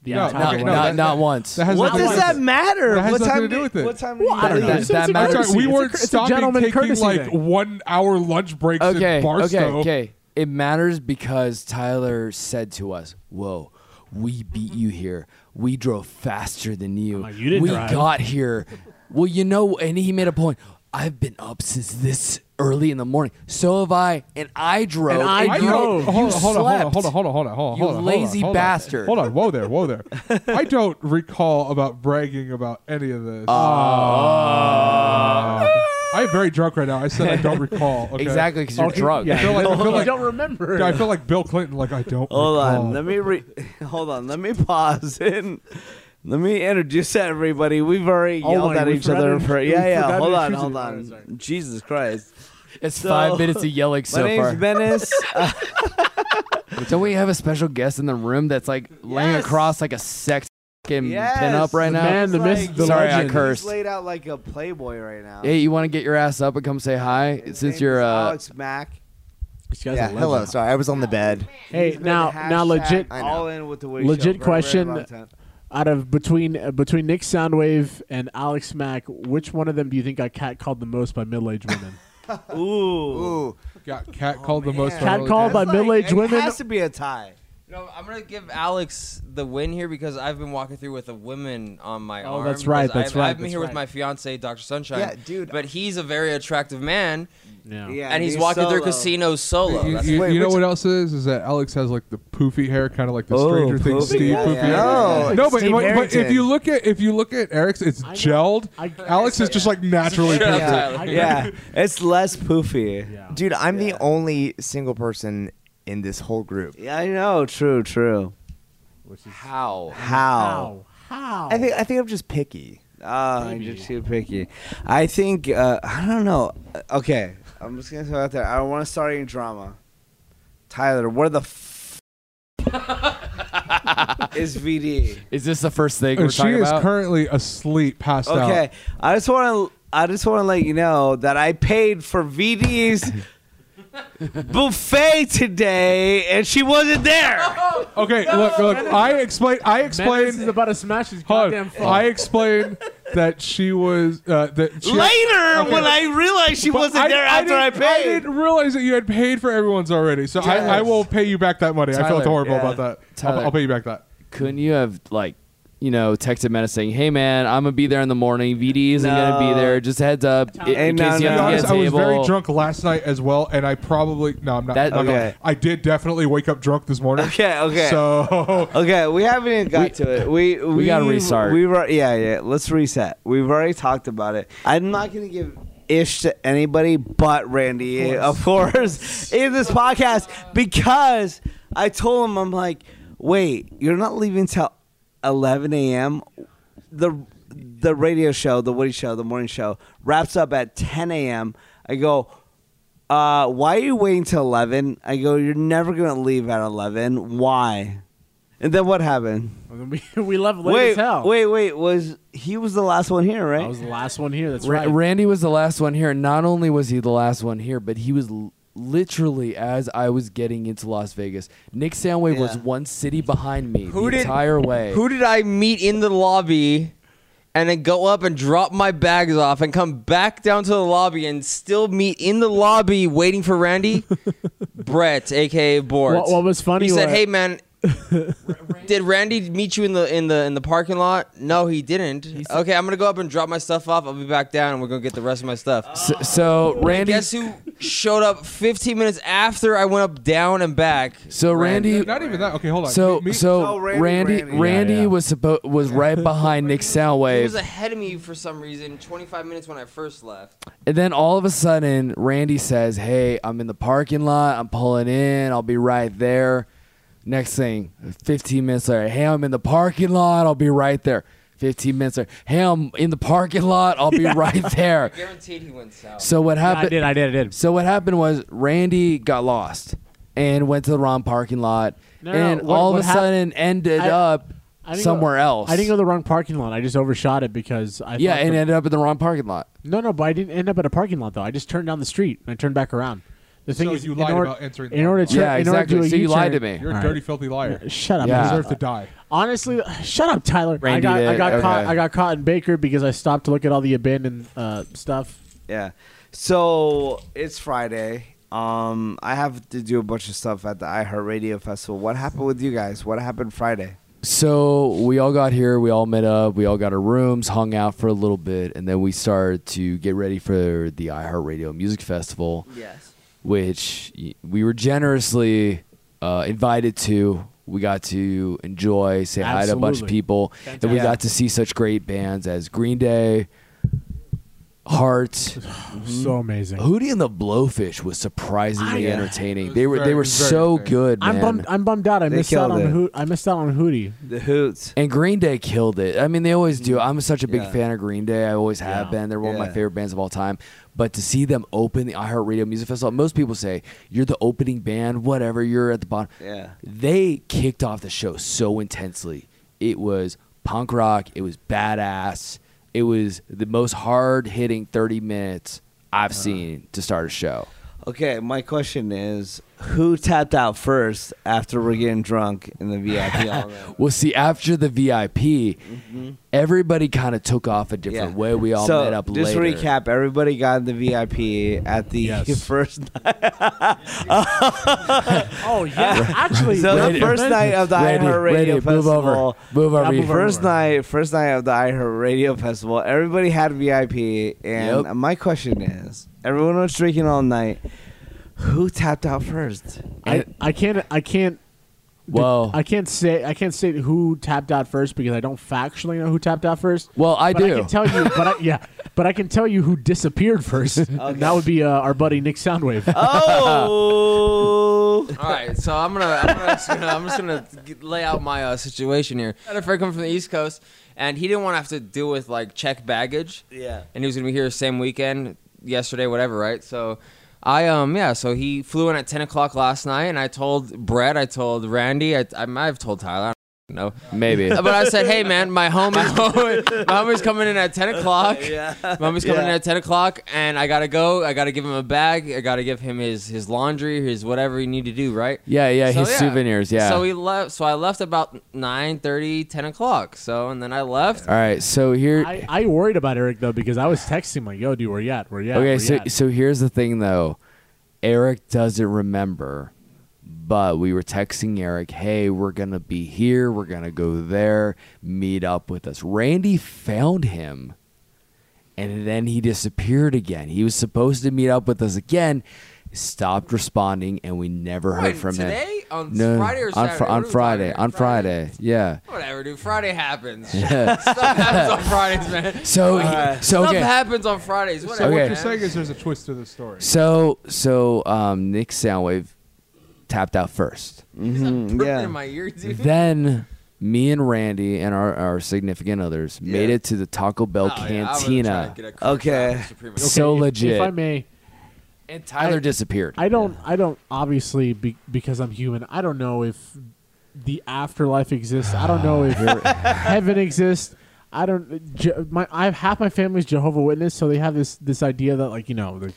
Speaker 6: The
Speaker 5: No,
Speaker 6: entire
Speaker 5: okay,
Speaker 6: way.
Speaker 5: no,
Speaker 7: not,
Speaker 5: that's-
Speaker 7: not once.
Speaker 5: That has
Speaker 2: What
Speaker 5: nothing to
Speaker 2: does
Speaker 5: do
Speaker 2: that
Speaker 5: with it.
Speaker 2: matter?
Speaker 5: That has
Speaker 2: what
Speaker 5: nothing
Speaker 2: time
Speaker 5: to do
Speaker 2: did-
Speaker 5: with it.
Speaker 2: What time?
Speaker 6: Well, I don't
Speaker 2: did
Speaker 6: know.
Speaker 2: you-
Speaker 7: That-
Speaker 6: It's- it's a
Speaker 7: matters.
Speaker 5: Sorry,
Speaker 6: courtesy.
Speaker 5: we
Speaker 6: It's a-
Speaker 5: weren't
Speaker 6: it's a
Speaker 5: stopping
Speaker 6: gentleman
Speaker 5: taking
Speaker 6: courtesy
Speaker 5: like
Speaker 6: thing.
Speaker 5: one hour lunch breaks
Speaker 7: okay,
Speaker 5: in Barstow.
Speaker 7: okay, okay. It matters because Tyler said to us, "Whoa, we beat you here. We drove faster than you.
Speaker 6: like, "You didn't
Speaker 7: we
Speaker 6: drive."
Speaker 7: got here. Well, you know." And he made a point. I've been up since this early in the morning. So have I, and I drove.
Speaker 6: And I
Speaker 5: I
Speaker 7: you-
Speaker 5: don't.
Speaker 6: drove.
Speaker 7: you
Speaker 5: Hold, hold, on,
Speaker 7: slept.
Speaker 5: hold on, hold on, hold on, hold on,
Speaker 7: You
Speaker 5: hold on, hold on,
Speaker 7: lazy
Speaker 5: hold on.
Speaker 7: bastard.
Speaker 5: Hold on, whoa there, whoa there. I don't recall about bragging about any of this. I'm very drunk right now. I said I don't recall. Okay?
Speaker 7: Exactly, because you're
Speaker 6: Okay,
Speaker 7: drunk.
Speaker 5: I feel like, I feel
Speaker 6: I
Speaker 5: like,
Speaker 6: don't remember.
Speaker 5: I feel like Bill Clinton. Like I don't.
Speaker 2: Hold
Speaker 5: recall.
Speaker 2: on. Let me re- hold on. Let me pause and let me introduce everybody. We've already
Speaker 6: Oh
Speaker 2: yelled
Speaker 6: my-
Speaker 2: at
Speaker 6: we
Speaker 2: each other
Speaker 6: forgot to-
Speaker 2: for
Speaker 6: we
Speaker 2: yeah, yeah.
Speaker 6: forgot to
Speaker 2: Hold on,
Speaker 6: introduce
Speaker 2: hold
Speaker 6: everybody. Sorry.
Speaker 2: on. Jesus Christ.
Speaker 7: It's
Speaker 2: So-
Speaker 7: five minutes of yelling
Speaker 2: My
Speaker 7: so
Speaker 2: name's
Speaker 7: far.
Speaker 2: Menace. Uh,
Speaker 7: Don't we have a special guest in the room that's like laying
Speaker 2: Yes.
Speaker 7: across like a sex
Speaker 3: fucking
Speaker 2: Yes,
Speaker 3: pin up right
Speaker 2: the
Speaker 3: now?
Speaker 6: man, the
Speaker 2: It's
Speaker 6: myth,
Speaker 2: like-
Speaker 6: the
Speaker 3: Sorry, I
Speaker 6: legend.
Speaker 3: cursed.
Speaker 2: He's laid out like a playboy right now.
Speaker 3: Hey, you want to get your ass up and come say hi
Speaker 2: His name
Speaker 3: since
Speaker 2: is
Speaker 3: you're uh,
Speaker 2: Alex Mack.
Speaker 6: This guy's a
Speaker 8: Yeah,
Speaker 6: legend.
Speaker 8: hello. Sorry, I was on the bed.
Speaker 6: Hey,
Speaker 2: He's been
Speaker 6: now,
Speaker 2: hashtag
Speaker 6: now, legit.
Speaker 8: I know.
Speaker 2: All in with the Wiz Show for a
Speaker 6: Legit
Speaker 2: very
Speaker 6: question.
Speaker 2: long time.
Speaker 6: Out of between uh, between Nick Soundwave and Alex Mack, which one of them do you think got cat called the most by middle aged women?
Speaker 2: Ooh. Oh,
Speaker 8: Ooh,
Speaker 5: Got cat called the most.
Speaker 2: man.
Speaker 5: by
Speaker 6: cat called by
Speaker 2: That's like-
Speaker 6: middle aged
Speaker 2: it
Speaker 6: women.
Speaker 2: has to be a tie.
Speaker 4: No, I'm gonna give Alex the win here because I've been walking through with a woman on my
Speaker 6: Oh,
Speaker 4: arm.
Speaker 6: that's right,
Speaker 4: because
Speaker 6: that's
Speaker 4: I've,
Speaker 6: right,
Speaker 4: I've been
Speaker 6: that's
Speaker 4: here
Speaker 6: right.
Speaker 4: with my fiance, Doctor Sunshine.
Speaker 8: Yeah, dude.
Speaker 4: But he's a very attractive man,
Speaker 6: Yeah.
Speaker 2: Yeah,
Speaker 4: and he's walking through
Speaker 2: solo.
Speaker 4: casinos solo.
Speaker 5: You,
Speaker 4: Oh, That's-
Speaker 5: you-
Speaker 8: Wait,
Speaker 5: you know
Speaker 8: which-
Speaker 5: what else is? Is that Alex has like the poofy hair, kind of like the
Speaker 8: Oh,
Speaker 5: Stranger Things
Speaker 8: poofy,
Speaker 5: Steve
Speaker 8: yeah,
Speaker 5: poofy
Speaker 8: yeah,
Speaker 5: hair.
Speaker 8: yeah. Like
Speaker 5: No, but,
Speaker 8: Steve
Speaker 5: but, but if
Speaker 8: Harrington.
Speaker 5: you look at if you look at Eric's, it's
Speaker 6: I know.
Speaker 5: gelled.
Speaker 6: I-
Speaker 5: Alex is just like naturally
Speaker 4: Shut up,
Speaker 5: poofy.
Speaker 4: Tyler.
Speaker 6: I-
Speaker 8: yeah, it's less poofy.
Speaker 6: Yeah.
Speaker 8: Dude, I'm the only single person in this whole group.
Speaker 2: Yeah, I know. True, true.
Speaker 4: How?
Speaker 8: How?
Speaker 6: How? How?
Speaker 8: I think I think I'm just picky.
Speaker 2: Oh, you're too picky. I think uh, I don't know. Uh, Okay, I'm just gonna throw it out there. I don't want to start any drama. Tyler, where the f- is VD?
Speaker 3: Is this the first thing
Speaker 5: Uh,
Speaker 3: we're
Speaker 5: She
Speaker 3: talking
Speaker 5: is
Speaker 3: about?
Speaker 5: currently asleep, passed
Speaker 2: Okay,
Speaker 5: out.
Speaker 2: I just want to. I just want to let you know that I paid for VD's buffet today, and she wasn't there.
Speaker 5: Okay, look, look. I explain. I
Speaker 6: Man, this is
Speaker 5: explain.
Speaker 6: about to smash his
Speaker 5: Hold
Speaker 6: goddamn
Speaker 5: on.
Speaker 6: phone.
Speaker 5: I explained that she was uh, that. She
Speaker 2: Later, when I realized she
Speaker 5: But
Speaker 2: wasn't there after I,
Speaker 5: didn't- I
Speaker 2: paid.
Speaker 5: didn't realize that you had paid for everyone's already, so I, I will pay you back that money. I
Speaker 3: Tyler,
Speaker 5: felt horrible
Speaker 2: yeah.
Speaker 5: about that. I'll- I'll,
Speaker 3: Tyler.
Speaker 5: pay you back that.
Speaker 3: Couldn't you have like, you know, texted Meta saying, "Hey man, I'm gonna be there in the morning. VD isn't gonna be
Speaker 2: No.
Speaker 3: there. Just a heads up i- in,
Speaker 2: Hey, no,
Speaker 3: case you have to get
Speaker 2: no.
Speaker 5: To be
Speaker 3: a
Speaker 5: honest, I was
Speaker 3: table."
Speaker 5: very drunk last night as well, and I probably no, I'm not.
Speaker 3: That-
Speaker 5: I'm not
Speaker 2: Okay.
Speaker 5: I did definitely wake up drunk this morning.
Speaker 2: Okay, okay.
Speaker 5: So
Speaker 2: Okay, we haven't even got to it. We we,
Speaker 3: gotta restart.
Speaker 2: We were yeah yeah. Let's reset. We've already talked about it. I'm not gonna give ish to anybody but Randy, of course, in this podcast because I told him I'm like, wait, you're not leaving till 11 a.m. the The radio show, the Woody Show, the morning show wraps up at 10 a.m. I go, uh, why are you waiting till 11? I go, you're never going to leave at 11. Why? And then what happened?
Speaker 6: And then we, we left late
Speaker 2: wait,
Speaker 6: as hell. Oh,
Speaker 2: wait, wait. Was he was the last one here, right?
Speaker 6: I was the last one here. That's
Speaker 3: Ra-
Speaker 6: right.
Speaker 3: Randy was the last one here. and Not only was he the last one here, but he was l- literally as I was getting into Las Vegas. Nick Soundwave was
Speaker 2: Yeah.
Speaker 3: one city behind me
Speaker 4: Who
Speaker 3: the
Speaker 4: did-
Speaker 3: entire way.
Speaker 4: Who did I meet in the lobby and then go up and drop my bags off and come back down to the lobby and still meet in the lobby waiting for Randy? Brett, aka Bort.
Speaker 6: What- what was funny
Speaker 4: He said,
Speaker 6: was-
Speaker 4: "Hey man, did Randy meet you in the in the in the parking lot? No, he didn't. okay, I'm gonna go up and drop my stuff off. I'll be back down, and we're gonna get the rest of my stuff.
Speaker 3: So, so Randy.
Speaker 4: Guess who showed up 15 minutes after I went up, down, and back?
Speaker 3: So Randy.
Speaker 5: not even that. Okay, hold on.
Speaker 3: So
Speaker 5: Me- me-
Speaker 3: so
Speaker 2: Oh, Randy,
Speaker 3: Randy Randy,
Speaker 2: Randy.
Speaker 6: Yeah, yeah.
Speaker 3: was suppo- was right behind Nick
Speaker 4: He
Speaker 3: Soundwave.
Speaker 4: was ahead of me for some reason. 25 minutes when I first left.
Speaker 3: And then all of a sudden, Randy says, Hey, I'm in the parking lot. I'm pulling in. I'll be right there. Next thing, 15 minutes later, Hey, I'm in the parking lot. I'll be right there. 15 minutes later, Hey, I'm in the parking lot. I'll be right there.
Speaker 4: Guaranteed he went south.
Speaker 3: So what
Speaker 6: Yeah, I
Speaker 3: happened?
Speaker 6: did. I did. I did.
Speaker 3: So what happened was Randy got lost and went to the wrong parking lot
Speaker 6: No, no,
Speaker 3: and
Speaker 6: what-
Speaker 3: all
Speaker 6: what
Speaker 3: of a
Speaker 6: hap-
Speaker 3: sudden ended
Speaker 6: I-
Speaker 3: up
Speaker 6: I didn't go-
Speaker 3: somewhere else.
Speaker 6: I didn't go to the wrong parking lot. I just overshot it because I.
Speaker 3: yeah,
Speaker 6: thought
Speaker 3: and
Speaker 6: the-
Speaker 3: ended up in the wrong parking lot.
Speaker 6: no, no, but I didn't end up at a parking lot though. I just turned down the street and I turned back around. The thing
Speaker 5: So
Speaker 6: is,
Speaker 5: you
Speaker 6: in
Speaker 5: lied
Speaker 6: order-
Speaker 5: about entering the
Speaker 6: In order to
Speaker 3: parking lot.
Speaker 6: turn-
Speaker 3: Yeah,
Speaker 6: in order to do
Speaker 3: exactly.
Speaker 6: a
Speaker 3: So you lied to
Speaker 6: U-turn-
Speaker 3: me.
Speaker 5: you're a
Speaker 6: All
Speaker 5: dirty, filthy liar.
Speaker 6: Shut up.
Speaker 3: Yeah.
Speaker 5: You
Speaker 6: I
Speaker 5: deserve
Speaker 6: deserve
Speaker 5: to die.
Speaker 6: Honestly, shut up, Tyler. I
Speaker 3: Randy
Speaker 6: got, I
Speaker 3: did,
Speaker 6: got caught.
Speaker 3: okay.
Speaker 6: I got caught in Baker because I stopped to look at all the abandoned uh, stuff.
Speaker 2: Yeah. So it's Friday. Um, I have to do a bunch of stuff at the iHeartRadio Festival. What happened with you guys? What happened Friday?
Speaker 3: So we all got here, we all met up, we all got our rooms, hung out for a little bit, and then we started to get ready for the iHeartRadio Music Festival,
Speaker 2: Yes.
Speaker 3: which y- we were generously uh, invited to. We got to enjoy, say hi to a bunch of
Speaker 6: Absolutely.
Speaker 3: people, and we
Speaker 2: Fantastic.
Speaker 3: got to see such great bands as Green Day, Heart,
Speaker 6: So amazing.
Speaker 3: Hootie and the Blowfish was surprisingly
Speaker 6: I-
Speaker 5: It
Speaker 3: entertaining.
Speaker 5: was
Speaker 3: They were they
Speaker 5: very,
Speaker 3: were
Speaker 5: very
Speaker 3: so
Speaker 5: entertaining.
Speaker 3: good, man.
Speaker 6: I'm bummed. I'm bummed out. I
Speaker 2: They
Speaker 6: missed out
Speaker 2: killed
Speaker 6: on
Speaker 2: it.
Speaker 6: Hoot. I missed out on Hootie.
Speaker 2: The Hoots.
Speaker 3: And Green Day killed it. I mean, they always do. I'm such a big
Speaker 2: Yeah.
Speaker 3: fan of Green Day. I always have
Speaker 6: Yeah.
Speaker 3: been. They're one of my
Speaker 2: Yeah.
Speaker 3: favorite bands of all time. But to see them open the iHeartRadio Music Festival, most people say you're the opening band, whatever. You're at the bottom.
Speaker 2: Yeah.
Speaker 3: They kicked off the show so intensely. It was
Speaker 9: punk rock. It was badass. It was the most hard hitting 30 minutes
Speaker 2: Uh-huh.
Speaker 9: I've seen to start a show.
Speaker 2: Okay, my question is who tapped out first after we're getting drunk in the VIP? all around?
Speaker 9: Well, see, after the VIP, everybody kind of took off a different way. We all
Speaker 2: Mm-hmm. so
Speaker 9: met up
Speaker 2: just
Speaker 9: later.
Speaker 2: recap, everybody got the VIP at the
Speaker 6: Yes.
Speaker 2: first night.
Speaker 6: Oh yeah, actually,
Speaker 2: So
Speaker 9: Randy-
Speaker 2: the first night of the
Speaker 9: Randy,
Speaker 2: iHeart Radio
Speaker 9: Randy, move
Speaker 2: Festival.
Speaker 9: over. Move over,
Speaker 6: Yeah,
Speaker 9: you
Speaker 6: move over.
Speaker 2: First night, first night of the iHeart Radio Festival, everybody had VIP, and
Speaker 9: Yep.
Speaker 2: my question is, everyone was drinking all night. Who tapped out first?
Speaker 6: I, I can't I can't
Speaker 3: Oh.
Speaker 9: Well,
Speaker 6: I can't say I can't say who tapped out first because I don't factually know who tapped out first.
Speaker 9: well, I
Speaker 6: but
Speaker 9: do.
Speaker 6: I can tell you, but I, yeah, but I can tell you who disappeared first. And that would be uh, our buddy Nick Soundwave.
Speaker 2: Oh,
Speaker 4: All right, so I'm gonna I'm, gonna, just, gonna, I'm just gonna g- lay out my uh, situation here. Matter of fact, I come from the East Coast, and he didn't want to have to deal with like check baggage.
Speaker 2: yeah.
Speaker 4: and he was gonna be here same weekend, yesterday, whatever, right? So, I um yeah, so he flew in at ten o'clock last night, and I told Brett, I told Randy, I I might have told Tyler, I don't know,
Speaker 9: Maybe.
Speaker 4: but I said, hey man, my homie's going, my homie's coming in at ten o'clock.
Speaker 2: Yeah.
Speaker 4: My homie's coming in at ten o'clock, and I gotta go. I gotta give him a bag. I gotta give him his his laundry, his whatever you need to do, right?
Speaker 9: yeah, yeah,
Speaker 4: So,
Speaker 9: his souvenirs. Yeah.
Speaker 4: So we left. So I left about 9, 10 o'clock. So and then I left.
Speaker 9: all right. So here.
Speaker 6: I, I worried about Eric though because I was texting him like, "Yo, dude, where you at? Where you at?
Speaker 9: okay.
Speaker 6: Where
Speaker 9: So
Speaker 6: you at?"
Speaker 9: so here's the thing though. Eric doesn't remember, but we were texting Eric, "Hey, we're gonna be here. We're gonna go there. Meet up with us." Randy found him, and then he disappeared again. He was supposed to meet up with us again. Stopped responding, and we never heard
Speaker 4: When,
Speaker 9: from him.
Speaker 4: today on
Speaker 9: No,
Speaker 4: Friday or
Speaker 9: on,
Speaker 4: Saturday?
Speaker 9: Fri-
Speaker 4: What are
Speaker 9: on
Speaker 4: we
Speaker 9: Friday,
Speaker 4: talking
Speaker 9: on
Speaker 4: about?
Speaker 9: Friday, yeah.
Speaker 4: Whatever, dude. Friday happens. Stuff happens on Fridays, man.
Speaker 9: So, so
Speaker 4: Stuff
Speaker 9: okay.
Speaker 4: happens on Fridays. Whatever.
Speaker 9: So what
Speaker 4: man.
Speaker 9: you're
Speaker 5: is there's a twist to the story.
Speaker 9: So so um, Nick Soundwave tapped out first.
Speaker 4: There's a burp
Speaker 2: yeah.
Speaker 4: in my ear, dude.
Speaker 9: then me and Randy and our, our significant others made it to the Taco Bell
Speaker 4: Oh, yeah, I would've tried
Speaker 9: cantina.
Speaker 4: to get a crunch
Speaker 2: Okay.
Speaker 4: wrap Supreme.
Speaker 6: Okay,
Speaker 9: so
Speaker 6: if-
Speaker 9: legit.
Speaker 6: If I may,
Speaker 9: and Tyler
Speaker 6: I-
Speaker 9: disappeared.
Speaker 6: I don't I don't obviously be, because I'm human. I don't know if the afterlife exists. I don't know if heaven exists. I don't. Je- My I have half my family's Jehovah Witness, so they have this this idea that like you know the,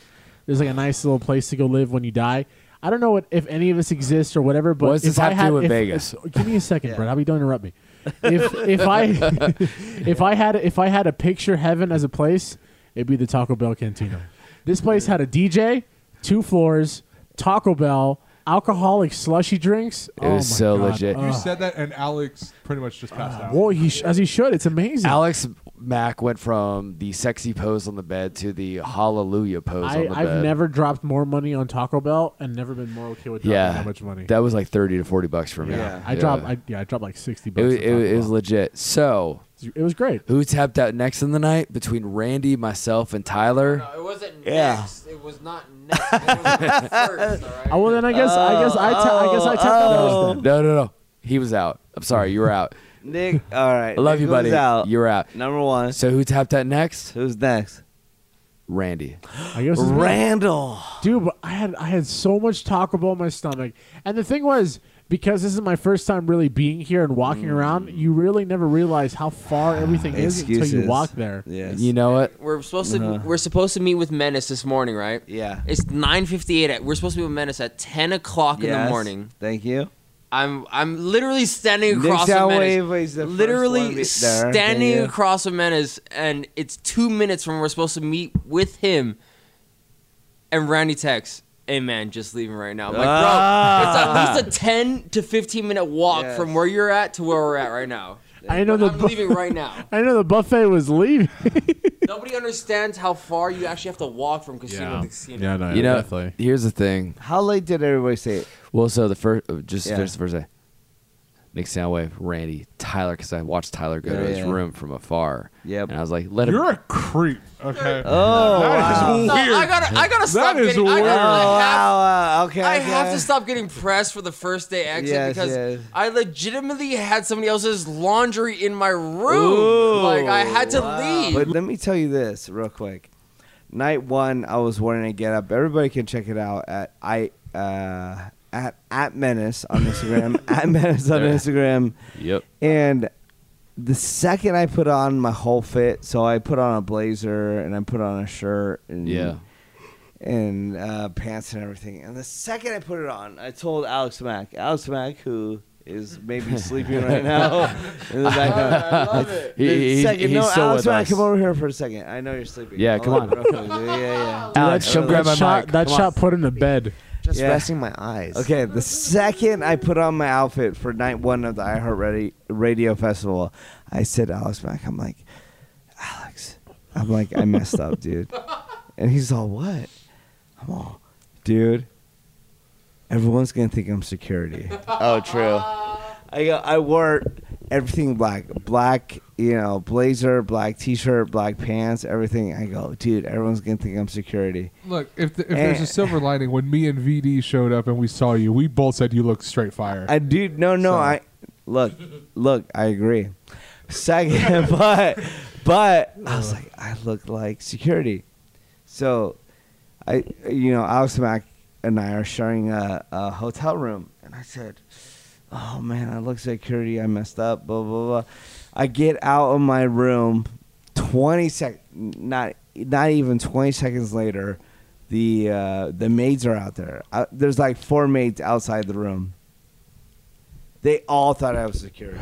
Speaker 6: there's like a nice little place to go live when you die. I don't know what if any of us exist or whatever. But
Speaker 9: What does
Speaker 6: if
Speaker 9: this
Speaker 6: I
Speaker 9: have to
Speaker 6: had,
Speaker 9: do with
Speaker 6: if-
Speaker 9: Vegas?
Speaker 6: if- give me a second, Brett. I'll be don't interrupt me. If if I if I had if I had a picture heaven as a place, it'd be the Taco Bell Cantina. This place had a DJ, two floors, Taco Bell, alcoholic slushy drinks. Oh
Speaker 9: It was so legit.
Speaker 5: You said that, and Alex pretty much just passed out.
Speaker 6: Well, he sh- as he should. It's amazing.
Speaker 9: Alex Mack went from the sexy pose on the bed to the hallelujah pose on
Speaker 6: I,
Speaker 9: the
Speaker 6: I've
Speaker 9: bed.
Speaker 6: never dropped more money on Taco Bell and never been more okay with dropping
Speaker 9: yeah,
Speaker 6: that much money.
Speaker 9: That was like thirty to forty bucks for me.
Speaker 2: Yeah.
Speaker 6: I dropped. I, yeah, I dropped like sixty
Speaker 9: it
Speaker 6: bucks.
Speaker 9: was,
Speaker 6: on
Speaker 9: it, was-
Speaker 6: Taco
Speaker 9: it was
Speaker 6: Bell.
Speaker 9: legit. So
Speaker 6: It was great.
Speaker 9: who tapped out next in the night between Randy, myself, and Tyler?
Speaker 4: No, it wasn't
Speaker 2: Yeah.
Speaker 4: next. It was not next. It was first, all right?
Speaker 6: Oh well, then I guess I guess I
Speaker 9: Oh,
Speaker 6: ta- I guess I tapped out. first then.
Speaker 9: No, no, no. He was out. I'm sorry, you were out.
Speaker 2: Nick, all right.
Speaker 9: I love
Speaker 2: Nick
Speaker 9: you,
Speaker 2: was
Speaker 9: buddy.
Speaker 2: Out.
Speaker 9: You were out.
Speaker 2: Number one.
Speaker 9: So who tapped out next?
Speaker 2: Who's next?
Speaker 9: Randy.
Speaker 6: I guess it's me.
Speaker 2: Randall.
Speaker 6: dude. But I had I had so much Taco Bell in my stomach, and the thing was because this is my first time really being here and walking around, you really never realize how far everything is until you
Speaker 2: Excuses.
Speaker 6: walk there.
Speaker 2: Yes.
Speaker 9: You know what?
Speaker 4: We're supposed to we're supposed to meet with Menace this morning, right?
Speaker 2: Uh-huh. yeah.
Speaker 4: It's 9:58. at- We're supposed to be with Menace at 10 o'clock in the
Speaker 2: Yes.
Speaker 4: morning.
Speaker 2: Thank you.
Speaker 4: I'm I'm literally standing
Speaker 2: Nick
Speaker 4: across from Menace.
Speaker 2: Soundwave is the first one
Speaker 4: literally
Speaker 2: there.
Speaker 4: standing
Speaker 2: Thank you.
Speaker 4: across from Menace, and it's two minutes from when we're supposed to meet with him. And Randy texts, "Hey man, just leaving right now." I'm like,
Speaker 2: Ah.
Speaker 4: bro, it's at least a ten to fifteen minute walk
Speaker 2: Yes.
Speaker 4: from where you're at to where we're at right now.
Speaker 6: I know the
Speaker 4: I'm
Speaker 6: bu-
Speaker 4: leaving right now.
Speaker 6: I know the buffet was leaving.
Speaker 4: Nobody understands how far you actually have to walk from casino to casino.
Speaker 6: no,
Speaker 9: You know, here's the thing.
Speaker 2: How late did everybody say it?
Speaker 9: Well, so the first, just
Speaker 2: Yeah.
Speaker 9: finish the first day. Nick Soundwave, Randy, Tyler, because I watched Tyler go
Speaker 2: Yeah,
Speaker 9: to his
Speaker 2: yeah.
Speaker 9: room from afar.
Speaker 2: Yep.
Speaker 9: And I was like, let him.
Speaker 5: You're a creep. Okay.
Speaker 2: Oh,
Speaker 5: That is
Speaker 4: No,
Speaker 5: weird.
Speaker 4: I gotta, I gotta stop
Speaker 5: is
Speaker 4: getting. I,
Speaker 5: weird.
Speaker 4: gotta, I have
Speaker 2: wow, wow. Okay.
Speaker 4: I
Speaker 2: okay.
Speaker 4: have to stop getting pressed for the first day exit
Speaker 2: Yes,
Speaker 4: because
Speaker 2: yes.
Speaker 4: I legitimately had somebody else's laundry in my room.
Speaker 2: Ooh,
Speaker 4: like I had to leave.
Speaker 2: But let me tell you this real quick. Night one, I was wearing a get up. Everybody can check it out at I uh, at at Menace on Instagram. at Menace on Instagram.
Speaker 9: Yep.
Speaker 2: And the second I put on my whole fit, so I put on a blazer and I put on a shirt and
Speaker 9: Yeah.
Speaker 2: and uh, pants and everything. And the second I put it on, I told Alex Mack, Alex Mack, who is maybe sleeping right now in the background.
Speaker 10: I love it.
Speaker 2: The
Speaker 4: He- he-
Speaker 2: second,
Speaker 4: he's
Speaker 2: no,
Speaker 4: still
Speaker 2: Alex
Speaker 4: with
Speaker 2: Mack,
Speaker 4: us.
Speaker 2: come over here for a second. I know you're sleeping.
Speaker 4: Yeah,
Speaker 2: Hold
Speaker 4: come on.
Speaker 2: real quick. yeah, yeah.
Speaker 4: Alex, come grab my
Speaker 6: shot,
Speaker 4: mic.
Speaker 6: That
Speaker 4: Come on.
Speaker 6: shot put him to bed.
Speaker 4: Just
Speaker 2: Yeah.
Speaker 4: resting my eyes.
Speaker 2: Okay, the second I put on my outfit for night one of the iHeart Radi- Radio Festival, I said, Alex Mack, I'm like, Alex, I'm like, I messed up, dude. And he's all, what? I'm all, dude, everyone's going to think I'm security.
Speaker 4: Oh, true.
Speaker 2: I go, I wore everything black, black, you know, blazer, black t-shirt, black pants, everything. I go, dude, everyone's going to think I'm security.
Speaker 5: Look, if, th- if there's
Speaker 2: Eh.
Speaker 5: a silver lining, when me and VD showed up and we saw you, we both said you looked straight fire.
Speaker 2: I do. No, no.
Speaker 5: So-
Speaker 2: I look, look. I agree. Second, but but I was like, I look like security. So, I you know, Alex Mack and I are sharing a, a hotel room, and I said, "Oh man, I look security. I messed up." Blah blah blah. I get out of my room. Twenty sec, not not even twenty seconds later, the uh, the maids are out there. Uh there's like four maids outside the room. They all thought I was security.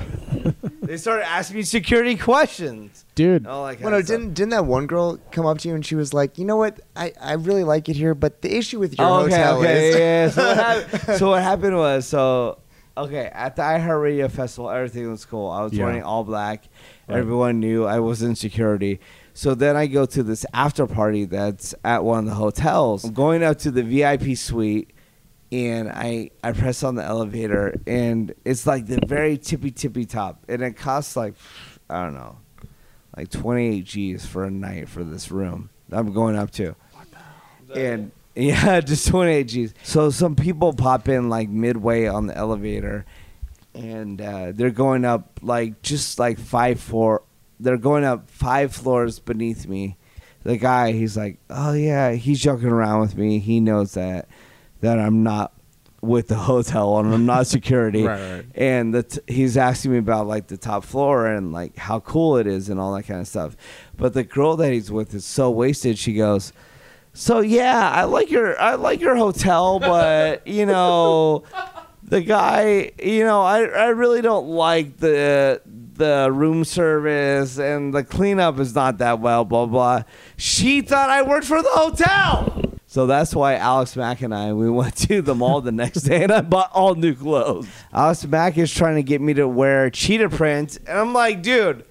Speaker 2: they started asking me security questions.
Speaker 6: Dude,
Speaker 2: All that kind
Speaker 4: Well, no,
Speaker 2: of stuff.
Speaker 4: didn't didn't that one girl come up to you and she was like, you know what, I, I really like it here, but the issue with your
Speaker 2: Oh, okay,
Speaker 4: hotel
Speaker 2: okay, yeah.
Speaker 4: is
Speaker 2: So what, hap- so what happened was, so okay, at the iHeartRadio festival, everything was cool. I was
Speaker 5: Yeah.
Speaker 2: wearing all black. Everyone knew I was in security. So then I go to this after party that's at one of the hotels. I'm going up to the VIP suite. And I, I press on the elevator, and it's like the very tippy tippy top, and it costs like I don't know, like 28 G's for a night for this room. that I'm going up to. And yeah, just 28 G's. So some people pop in like midway on the elevator and uh, they're going up like just like five four. They're going up five floors beneath me. The guy, he's like, oh yeah, he's joking around with me. He knows that that I'm not with the hotel and I'm not security.
Speaker 6: Right, right.
Speaker 2: And the t- he's asking me about like the top floor and like how cool it is and all that kind of stuff. But the girl that he's with is so wasted. She goes. So yeah, I like your I like your hotel, but you know, the guy, you know, I, I really don't like the the room service and the cleanup is not that well, blah blah. She thought I worked for the hotel. So that's why Alex Mack and I we went to the mall the next day and I bought all new clothes. Alex Mack is trying to get me to wear cheetah print and I'm like, dude,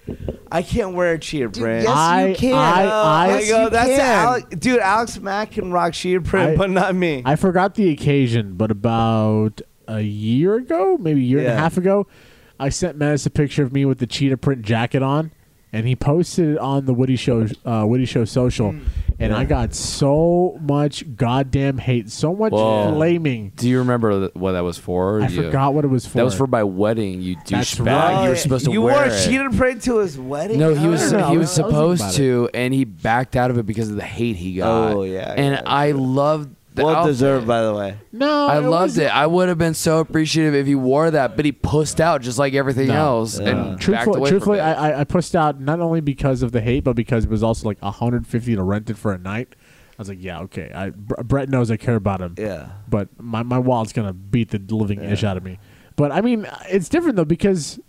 Speaker 2: I can't wear a cheetah print.
Speaker 4: yes,
Speaker 6: I,
Speaker 4: you can.
Speaker 6: I, I,
Speaker 2: I go, that's
Speaker 4: can."
Speaker 2: Alex, dude. Alex Mack can rock cheetah print,
Speaker 6: I-
Speaker 2: but not me.
Speaker 6: I forgot the occasion, but about a year ago, maybe a year and
Speaker 2: Yeah.
Speaker 6: a half ago, I sent Menace a picture of me with the cheetah print jacket on, and he posted it on the Woody Show, uh, Woody Show social,
Speaker 2: Hmm.
Speaker 6: and I got so much goddamn hate, so much
Speaker 9: Whoa.
Speaker 6: flaming.
Speaker 9: Do you remember th- what that was for?
Speaker 6: I
Speaker 9: Do you-
Speaker 6: forgot what it was for.
Speaker 9: That was for my wedding, you
Speaker 6: That's
Speaker 9: douchebag.
Speaker 6: right.
Speaker 9: Uh, You were supposed to
Speaker 2: Uh, you
Speaker 9: wear
Speaker 2: wore
Speaker 9: it.
Speaker 2: cheetah print to his wedding.
Speaker 9: No, he was
Speaker 6: don't know.
Speaker 9: he was
Speaker 6: I don't know
Speaker 9: supposed
Speaker 6: about
Speaker 9: to, and he backed out of it because of the hate he got.
Speaker 2: Oh, yeah,
Speaker 9: and
Speaker 2: yeah,
Speaker 9: I loved the
Speaker 2: well
Speaker 9: outfit.
Speaker 2: deserved, by the way.
Speaker 6: no.
Speaker 9: I
Speaker 6: it
Speaker 9: loved
Speaker 6: wasn't.
Speaker 9: it. I would have been so appreciative if he wore that, but he pussed out just like everything
Speaker 6: No.
Speaker 9: else. And backed
Speaker 6: Truthfully,
Speaker 9: away
Speaker 6: uh, truthfully,
Speaker 9: from it.
Speaker 6: I, I I pushed out not only because of the hate, but because it was also like 150 to rent it for a night. I was like, yeah, okay. I Br- Brett knows I care about him.
Speaker 2: Yeah.
Speaker 6: But my my wallet's gonna beat the living ish out of me. But I mean, it's different though because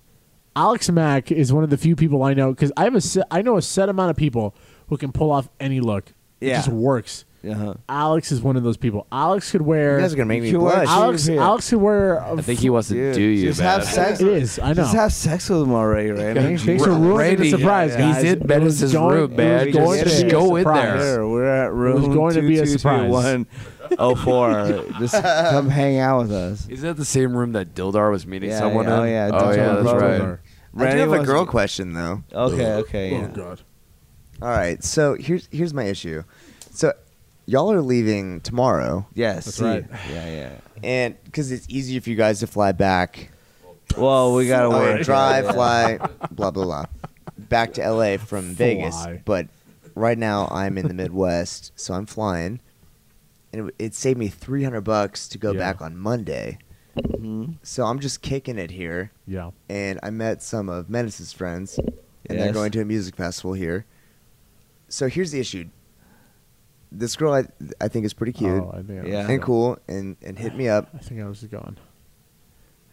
Speaker 6: Alex Mack is one of the few people I know because I have a se- I know a set amount of people who can pull off any look. It
Speaker 2: Yeah.
Speaker 6: just works.
Speaker 2: Uh-huh.
Speaker 6: Alex is one of those people. Alex could wear.
Speaker 4: You guys are gonna make me
Speaker 2: You were-
Speaker 4: blush.
Speaker 6: Alex,
Speaker 2: Yeah.
Speaker 6: Alex could wear. a
Speaker 9: I think he wants to do you,
Speaker 2: just
Speaker 9: man.
Speaker 2: have sex.
Speaker 6: It is. I know.
Speaker 2: Just have sex with him already, Randy.
Speaker 6: Thanks for ruining
Speaker 9: Randy,
Speaker 6: the surprise, guys.
Speaker 9: He's in
Speaker 6: It was
Speaker 9: Menace's
Speaker 6: going-
Speaker 9: room,
Speaker 6: it
Speaker 9: man.
Speaker 6: was
Speaker 9: Just,
Speaker 6: going to
Speaker 9: just
Speaker 6: be a
Speaker 9: go in
Speaker 6: surprise.
Speaker 9: there.
Speaker 2: Here, we're at
Speaker 6: was
Speaker 2: room
Speaker 6: going to be a
Speaker 2: 222104. Just come hang out with us.
Speaker 9: Is that the same room that Dildar was meeting
Speaker 2: Yeah,
Speaker 9: someone
Speaker 2: yeah,
Speaker 9: in?
Speaker 2: oh, yeah, Dildar
Speaker 9: oh yeah,
Speaker 2: was
Speaker 9: that's
Speaker 2: meeting
Speaker 9: right.
Speaker 2: her.
Speaker 4: I do
Speaker 2: Randy
Speaker 4: have a
Speaker 2: wants
Speaker 4: girl
Speaker 2: to-
Speaker 4: question though.
Speaker 2: Okay, okay, yeah.
Speaker 5: God.
Speaker 4: All right, so here's here's my issue. So y'all are leaving tomorrow,
Speaker 2: Yes,
Speaker 6: That's right.
Speaker 2: Yeah, yeah.
Speaker 4: and because it's easier for you guys to fly back,
Speaker 2: Well, we gotta
Speaker 4: Oh,
Speaker 2: wait.
Speaker 4: yeah, drive, fly, blah blah blah, back to LA from Vegas.
Speaker 6: Fly.
Speaker 4: But right now I'm in the Midwest, so I'm flying, and it, it saved me 300 bucks to go
Speaker 6: Yeah.
Speaker 4: back on Monday.
Speaker 11: So I'm just kicking it here,
Speaker 6: Yeah.
Speaker 11: and I met some of Menace's friends, and they're
Speaker 2: Yes.
Speaker 11: going to a music festival here. So here's the issue. This girl I, I think is pretty cute
Speaker 6: Oh, I think I was-
Speaker 2: Yeah.
Speaker 11: and cool, and, and hit me up.
Speaker 6: I think I was going.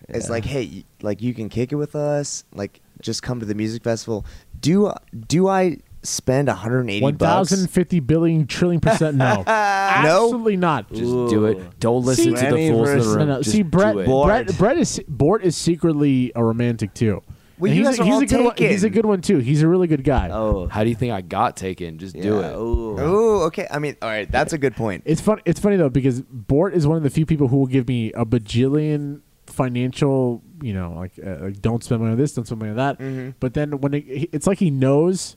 Speaker 11: It's
Speaker 2: Yeah.
Speaker 11: like, hey, y- like you can kick it with us. Like, just come to the music festival. Do do I spend 180
Speaker 6: One
Speaker 11: bucks?
Speaker 6: thousand fifty billion trillion percent no. Absolutely not.
Speaker 9: Just do
Speaker 2: Ooh.
Speaker 9: it. Don't listen
Speaker 2: See-
Speaker 9: to the fools in the
Speaker 2: Randy
Speaker 9: room.
Speaker 6: No, no.
Speaker 9: Just
Speaker 6: See, Brett,
Speaker 9: do it.
Speaker 6: Brett, Brett is Bort is secretly a romantic too.
Speaker 11: Well,
Speaker 6: And
Speaker 11: you
Speaker 6: he's,
Speaker 11: guys
Speaker 6: a,
Speaker 11: are
Speaker 6: he's
Speaker 11: all
Speaker 6: a good one. He's a
Speaker 11: taken.
Speaker 6: good one too. He's a really good guy.
Speaker 2: Oh,
Speaker 9: How do you think I got taken? Just do
Speaker 2: yeah.
Speaker 9: it.
Speaker 2: Ooh.
Speaker 11: Oh, okay. I mean, all right, that's a good point.
Speaker 6: It's fun. It's funny though because Bort is one of the few people who will give me a bajillion financial, you know, like, uh, like don't spend money on this, don't spend money on that.
Speaker 11: Mm-hmm.
Speaker 6: But then when it, it's like he knows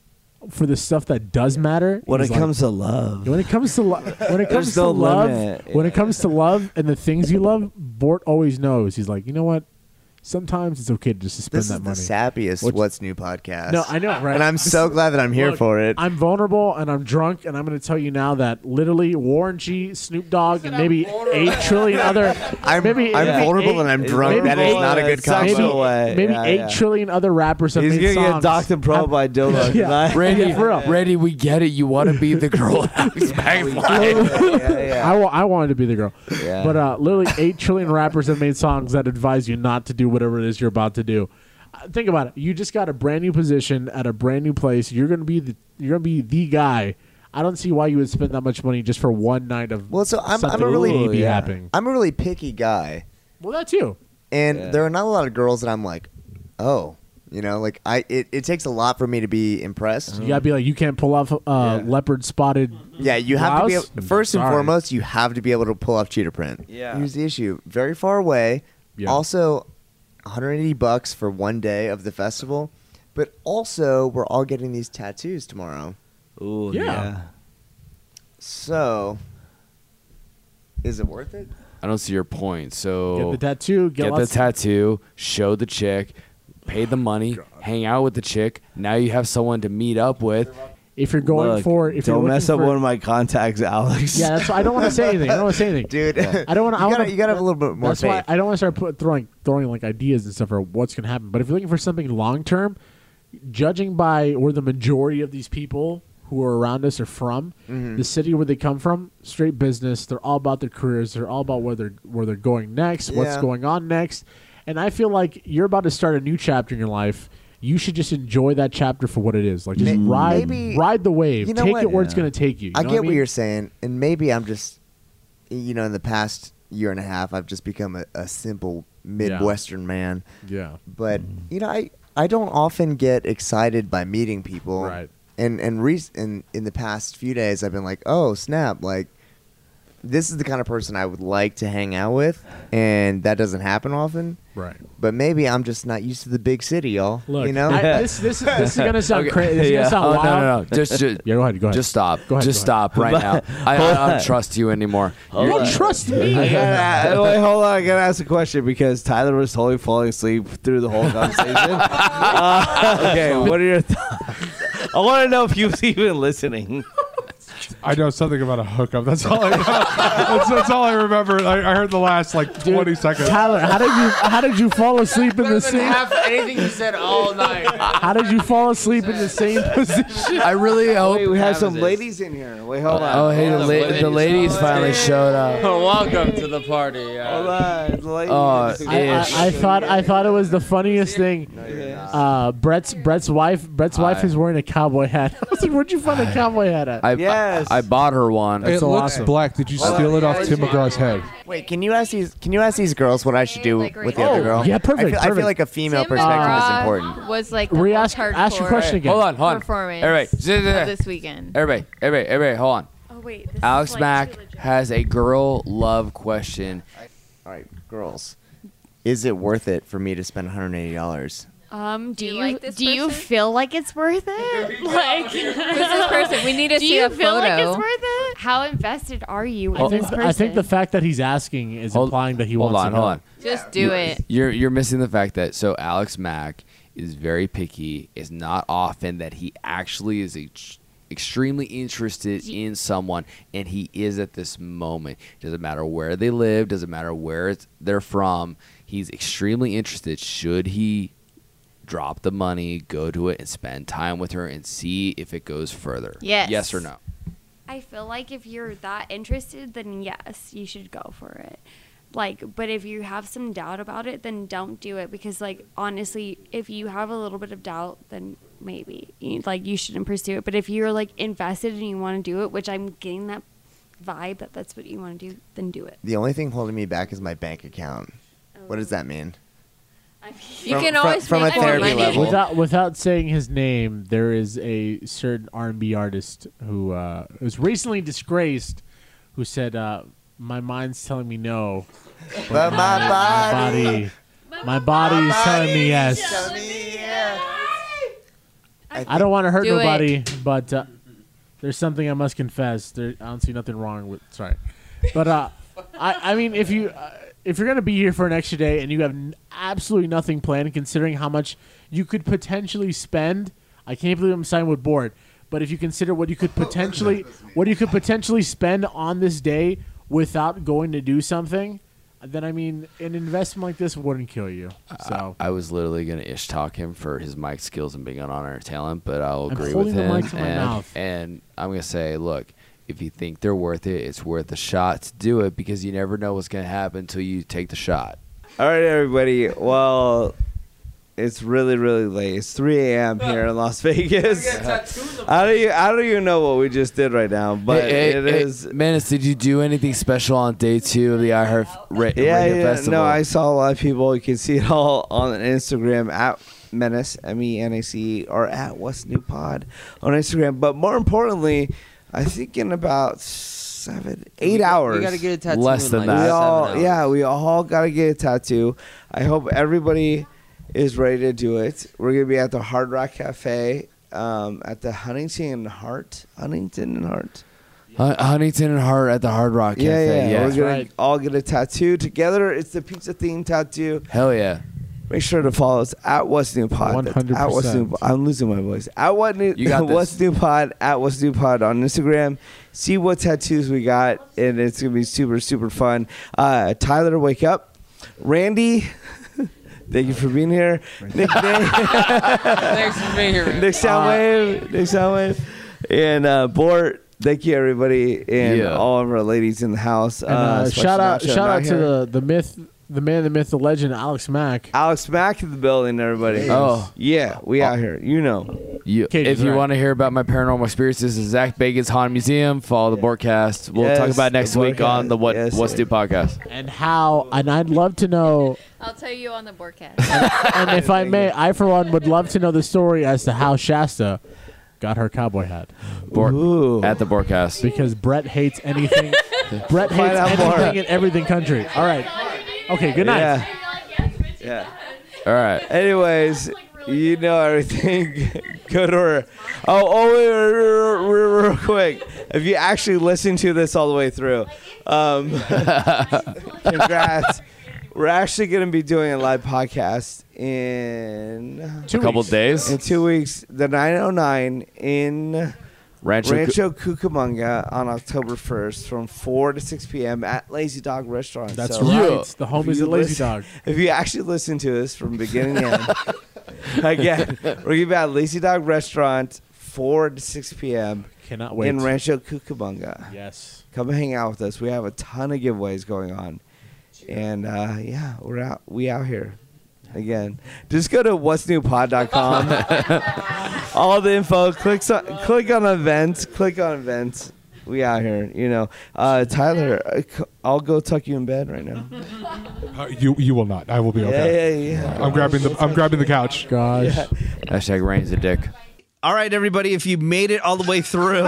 Speaker 6: for the stuff that does matter.
Speaker 2: When it
Speaker 6: he's like-
Speaker 2: comes to love,
Speaker 6: when it comes to love, when it comes
Speaker 2: There's
Speaker 6: to
Speaker 2: no
Speaker 6: love,
Speaker 2: limit.
Speaker 6: when it comes to love and the things you love, Bort always knows. He's like, you know what? Sometimes it's okay to just spend
Speaker 11: This
Speaker 6: that
Speaker 11: is the
Speaker 6: money.
Speaker 11: sappiest
Speaker 6: What's-
Speaker 11: What's New podcast.
Speaker 6: no, I know, right?
Speaker 11: and I'm so glad that I'm here
Speaker 6: Look,
Speaker 11: for it.
Speaker 6: I'm vulnerable and I'm drunk, and I'm going to tell you now that literally Warren G, Snoop Dogg, and maybe eight trillion other.
Speaker 11: I'm,
Speaker 6: maybe-
Speaker 11: I'm
Speaker 6: maybe
Speaker 11: vulnerable
Speaker 6: eight-
Speaker 11: and I'm
Speaker 2: It's
Speaker 11: drunk.
Speaker 6: maybe
Speaker 11: That is
Speaker 6: eight-
Speaker 11: not a good
Speaker 2: it's not
Speaker 11: combo.
Speaker 6: Maybe,
Speaker 2: No way.
Speaker 6: maybe
Speaker 2: Yeah,
Speaker 6: eight
Speaker 2: yeah.
Speaker 6: trillion other rappers have
Speaker 2: he's gonna
Speaker 6: made
Speaker 2: get
Speaker 6: songs.
Speaker 2: Doctor Pro by Dolo.
Speaker 6: Yeah.
Speaker 2: tonight.
Speaker 9: Randy,
Speaker 6: Yeah, for real.
Speaker 9: Randy, we get it. You want to be the girl.
Speaker 2: yeah.
Speaker 6: I, wa- I wanted to be the girl.
Speaker 2: Yeah.
Speaker 6: But uh, literally, 8 trillion rappers have made songs that advise you not to do whatever it is you're about to do. Uh, Think about it. You just got a brand new position at a brand new place. You're going to be the you're going to be the guy. I don't see why you would spend that much money just for one night of
Speaker 11: Well, so I'm- I'm a
Speaker 6: something
Speaker 11: really-
Speaker 6: maybe
Speaker 2: Ooh, yeah.
Speaker 6: happening.
Speaker 11: I'm a really picky guy,
Speaker 6: Well, that too.
Speaker 11: and
Speaker 2: Yeah.
Speaker 11: there are not a lot of girls that I'm like, oh, you know, like I. It, it takes a lot for me to be impressed.
Speaker 6: You got to be like you can't pull off uh,
Speaker 11: Uh-huh. Yeah.
Speaker 6: leopard spotted.
Speaker 11: Yeah, you have to be
Speaker 6: Blouse?
Speaker 11: able, first and
Speaker 6: Sorry.
Speaker 11: foremost. You have to be able to pull off cheetah print.
Speaker 4: Yeah.
Speaker 11: Here's the issue: very far away.
Speaker 6: Yeah.
Speaker 11: Also, 180 bucks for one day of the festival, but also we're all getting these tattoos tomorrow.
Speaker 2: Ooh,
Speaker 6: Yeah.
Speaker 2: yeah.
Speaker 11: So, is it worth it?
Speaker 9: I don't see your point.
Speaker 6: Get
Speaker 9: So
Speaker 6: the tattoo. Get,
Speaker 9: get the
Speaker 6: lots of-
Speaker 9: tattoo, show the chick, pay the money, hang out with the chick. Now you have someone to meet up with.
Speaker 6: if you're going
Speaker 2: Look,
Speaker 6: for if
Speaker 2: don't
Speaker 6: you're
Speaker 2: mess
Speaker 6: looking
Speaker 2: up
Speaker 6: for-
Speaker 2: one of my contacts, Alex.
Speaker 6: Yeah, that's why I don't want to say anything. I don't want to say anything.
Speaker 11: Dude,
Speaker 6: I don't wanna- I
Speaker 11: You,
Speaker 6: wanna-
Speaker 11: gotta, you gotta have a little bit more
Speaker 6: That's
Speaker 11: faith.
Speaker 6: why I don't want to start put, throwing throwing like ideas and stuff for what's going to happen. But if you're looking for something long term, judging by where the majority of these people who are around us are from,
Speaker 11: Mm-hmm.
Speaker 6: the city where they come from, straight business. They're all about their careers. They're all about where they're where they're going next. What's
Speaker 11: Yeah.
Speaker 6: going on next? And I feel like you're about to start a new chapter in your life. You should just enjoy that chapter for what it is. Like just
Speaker 11: May-
Speaker 6: ride
Speaker 11: maybe-
Speaker 6: ride the wave.
Speaker 11: you know
Speaker 6: Take
Speaker 11: what?
Speaker 6: it where it's
Speaker 2: Yeah.
Speaker 6: going to take you. you
Speaker 11: I
Speaker 6: know
Speaker 11: get
Speaker 6: what, I
Speaker 11: what
Speaker 6: mean?
Speaker 11: you're saying, and maybe I'm just, you know, in the past year and a half, I've just become a, a simple Midwestern man.
Speaker 6: Yeah.
Speaker 11: But
Speaker 6: Mm-hmm.
Speaker 11: you know, I I don't often get excited by meeting people.
Speaker 6: Right.
Speaker 11: And and re- in in the past few days, I've been like, oh snap, like. This is the kind of person I would like to hang out with, and that doesn't happen often.
Speaker 6: Right.
Speaker 11: But maybe I'm just not used to the big city, y'all.
Speaker 6: Look,
Speaker 11: you know,
Speaker 6: I- this this is this is gonna sound crazy. This is
Speaker 9: Yeah.
Speaker 6: gonna sound
Speaker 9: Oh,
Speaker 6: wild.
Speaker 9: no, no, no. Just, just,
Speaker 6: Yeah, go ahead. Go ahead.
Speaker 9: just stop.
Speaker 6: Go ahead,
Speaker 9: just
Speaker 6: go
Speaker 9: stop right now. I, I, I don't trust you anymore.
Speaker 6: You
Speaker 9: You're-
Speaker 6: don't trust me.
Speaker 2: I gotta, wait, hold on. I gotta ask a question because Tyler was totally falling asleep through the whole conversation. Uh, okay, what are your thoughts? I want to know if he was even listening.
Speaker 6: I know something about a hookup. That's all. I
Speaker 5: that's, that's all I remember. I, I heard the last like 20 seconds.
Speaker 6: Tyler, how did you how did you fall asleep in the same
Speaker 4: anything you said all night.
Speaker 6: How did you fall asleep in the same position?
Speaker 9: I really hope.
Speaker 2: Wait, we have some
Speaker 4: Travis is-
Speaker 2: ladies in here. Wait, hold
Speaker 9: Oh,
Speaker 2: on.
Speaker 9: hey, the,
Speaker 4: Hold
Speaker 9: la-
Speaker 4: on.
Speaker 9: the ladies finally showed up.
Speaker 4: Welcome to the party.
Speaker 2: Hold
Speaker 4: Yeah.
Speaker 2: on. The ladies.
Speaker 9: Oh,
Speaker 2: is-
Speaker 6: I,
Speaker 9: ish.
Speaker 6: I, I thought I thought it was the funniest thing. Uh, Brett's Brett's wife Brett's wife
Speaker 9: I-
Speaker 6: is wearing a cowboy hat. I was like, where'd you find a cowboy hat at?
Speaker 9: I,
Speaker 2: Yes.
Speaker 9: I, I bought her one.
Speaker 6: That's
Speaker 5: it
Speaker 6: so
Speaker 5: looks
Speaker 6: awesome.
Speaker 5: black. Did you steal it off Tim McGraw's head?
Speaker 11: Wait, can you ask these? Can you ask these girls what I should do
Speaker 1: Like
Speaker 11: with the other
Speaker 1: right
Speaker 11: girl?
Speaker 6: Oh,
Speaker 1: now.
Speaker 6: yeah,
Speaker 11: I feel-
Speaker 6: perfect,
Speaker 11: I feel,
Speaker 6: perfect.
Speaker 11: like a female
Speaker 1: Tim
Speaker 11: perspective
Speaker 1: McGraw
Speaker 11: is important.
Speaker 1: Was like the
Speaker 6: Re
Speaker 1: most
Speaker 6: ask ask your
Speaker 1: hardcore
Speaker 6: question again.
Speaker 9: Hold on, hold on.
Speaker 1: Performance.
Speaker 9: All right.
Speaker 1: of this weekend.
Speaker 9: Everybody, everybody, everybody, hold on.
Speaker 1: Oh wait, this
Speaker 9: Alex
Speaker 1: is like
Speaker 9: Mack
Speaker 1: too legit.
Speaker 9: has a girl love question.
Speaker 11: All right, girls, is it worth it for me to spend 180 dollars?
Speaker 1: Um, do
Speaker 12: you
Speaker 1: you
Speaker 12: like this
Speaker 1: do you
Speaker 12: person?
Speaker 1: feel like it's worth it? like,
Speaker 12: Who's this person? We need to
Speaker 1: do
Speaker 12: see
Speaker 1: you
Speaker 12: a
Speaker 1: feel
Speaker 12: photo.
Speaker 1: like it's worth it? How invested are you
Speaker 6: I
Speaker 1: in
Speaker 6: think,
Speaker 1: this person?
Speaker 6: I think the fact that he's asking is
Speaker 9: Hold-
Speaker 6: implying that he
Speaker 9: hold
Speaker 6: wants
Speaker 9: on,
Speaker 6: to
Speaker 9: hold
Speaker 6: know.
Speaker 9: on.
Speaker 12: Just do it.
Speaker 9: You're you're missing the fact that so Alex Mack is very picky. It's not often that he actually is a, extremely interested in someone, and he is at this moment. Doesn't matter where they live, doesn't matter where it's, they're from. He's extremely interested. Should he drop the money, go to it, and spend time with her and see if it goes further?
Speaker 1: Yes.
Speaker 9: Yes or no?
Speaker 1: I feel like if you're that interested, then yes, you should go for it. Like, but if you have some doubt about it, then don't do it because, like, honestly, if you have a little bit of doubt, then maybe you, like you shouldn't pursue it. But if you're like invested and you want to do it, which I'm getting that vibe that that's what you want to do, then do it.
Speaker 13: The only thing holding me back is my bank account. What does that mean?
Speaker 14: You
Speaker 13: From-
Speaker 14: can
Speaker 13: from-
Speaker 14: always
Speaker 13: from
Speaker 14: make
Speaker 13: a
Speaker 14: more
Speaker 13: therapy
Speaker 14: money.
Speaker 13: level.
Speaker 6: Without without saying his name, there is a certain R and B artist who uh, was recently disgraced, who said, uh, "My mind's telling me no,
Speaker 15: But my body-
Speaker 6: body, my body is telling me yes." I don't want to hurt
Speaker 15: Do it.
Speaker 6: nobody, but uh, there's something I must confess. There, I don't see nothing wrong with. Sorry, but uh, I, I mean, if you uh, if you're gonna be here for an extra day and you have n- absolutely nothing planned, considering how much you could potentially spend, I can't believe I'm signing with board. But if you consider what you could potentially what you could potentially spend on this day without going to do something, then I mean, an investment like this wouldn't kill you. So.
Speaker 9: I, I was literally gonna ish talk him for his mic skills and being an honor talent, but I'll
Speaker 6: I'm
Speaker 9: agree
Speaker 6: holding
Speaker 9: with
Speaker 6: the
Speaker 9: him.
Speaker 6: mic to my
Speaker 9: and,
Speaker 6: mouth.
Speaker 9: and I'm gonna say, look, if you think they're worth it, it's worth a shot to do it because you never know what's gonna happen until you take the shot.
Speaker 2: All right, everybody. Well, it's really, really late. It's 3 a.m. here in Las Vegas. I don't, even, I don't even know what we just did right now, but
Speaker 9: Hey, hey,
Speaker 2: it
Speaker 9: hey,
Speaker 2: is.
Speaker 9: Menace, did you do anything special on day two of the iHeart Ra-
Speaker 2: yeah,
Speaker 9: Radio
Speaker 2: yeah.
Speaker 9: Festival?
Speaker 2: No, I saw a lot of people. You can see it all on Instagram at Menace M E N A C or at What's New Pod on Instagram. But more importantly, I think in about seven, eight hours,
Speaker 4: gotta get a tattoo
Speaker 9: Less in, than like, that.
Speaker 2: We all,
Speaker 4: seven hours.
Speaker 2: yeah, we all gotta get a tattoo. I hope everybody is ready to do it. We're gonna be at the Hard Rock Cafe. Um, at the Huntington Heart, Huntington and Heart.
Speaker 9: Hun- Huntington and Hart at the Hard Rock Cafe.
Speaker 2: Yeah, yeah. We're gonna
Speaker 9: Right.
Speaker 2: all get a tattoo together. It's the pizza themed tattoo.
Speaker 9: Hell yeah.
Speaker 2: Make sure to follow us at What's New Pod. That's At What's New
Speaker 9: 100%.
Speaker 2: I'm losing my voice. At What New
Speaker 9: You got
Speaker 2: What's New Pod at What's New Pod on Instagram. See what tattoos we got, and it's gonna be super super fun. Uh, Tyler, wake up. Randy, thank you for being here. Nick,
Speaker 4: Thanks for being here.
Speaker 6: Uh,
Speaker 2: Nick Soundwave, Nick Soundwave, and uh, Bort. Thank you, everybody, and
Speaker 6: Yeah.
Speaker 2: all of our ladies in the house.
Speaker 6: And, uh,
Speaker 2: especially
Speaker 6: shout out,
Speaker 2: Nacho
Speaker 6: shout
Speaker 2: not
Speaker 6: out to
Speaker 2: here.
Speaker 6: the, the myth, the man, the myth, the legend, Alex Mack.
Speaker 2: Alex Mack in the building, everybody.
Speaker 9: Oh.
Speaker 2: yeah, we out here. You know.
Speaker 9: You,
Speaker 2: Katie's
Speaker 9: if you
Speaker 2: right.
Speaker 9: want to hear about my paranormal experiences at Zach Bacon's Haunted Museum, follow the Bortcast. We'll talk
Speaker 6: Yes,
Speaker 9: about it next
Speaker 6: the
Speaker 9: week on the What What's New podcast.
Speaker 6: And how? And I'd love to know.
Speaker 14: I'll tell you on the broadcast.
Speaker 6: And if I may, I for one would love to know the story as to how Shasta got her cowboy hat.
Speaker 9: at the Bortcast
Speaker 6: because Brett hates anything. Brett
Speaker 2: Find
Speaker 6: hates
Speaker 2: out
Speaker 6: anything
Speaker 2: more.
Speaker 6: in everything country. All right. Okay. Good night.
Speaker 2: Yeah. Yeah.
Speaker 9: All right.
Speaker 2: Anyways, you know everything. Go to her. Oh, oh, wait, real, real, real quick. If you actually listen to this all the way through, um, congrats. We're actually going to be doing a live podcast in
Speaker 9: Two A couple weeks. days?
Speaker 2: In two weeks, the 909 in
Speaker 9: Rancho Cu-
Speaker 2: Rancho Cucamonga on October 1st from 4 to 6 p.m. at Lazy Dog Restaurant.
Speaker 6: That's
Speaker 2: So-
Speaker 6: right. The
Speaker 2: If
Speaker 6: homies
Speaker 2: you
Speaker 6: at Lazy
Speaker 2: listen-
Speaker 6: Dog.
Speaker 2: If you actually listen to us from beginning to end, again, we're going to be at Lazy Dog Restaurant, 4 to 6 p.m.
Speaker 6: Cannot wait.
Speaker 2: In Rancho Cucamonga.
Speaker 6: Yes.
Speaker 2: Come hang out with us. We have a ton of giveaways going on. And uh, yeah, we're out. We out here. Again, just go to what'snewpod.com. All the info. Click on, click on events. Click on events. We out here. You know, uh, Tyler. I c- I'll go tuck you in bed right now.
Speaker 5: Uh, you you will not. I will be
Speaker 2: Yeah,
Speaker 5: okay.
Speaker 2: yeah, yeah.
Speaker 5: I'm grabbing the I'm grabbing the couch.
Speaker 6: Gosh.
Speaker 9: Hashtag Rain's a dick.
Speaker 11: All right, everybody, if you made it all the way through,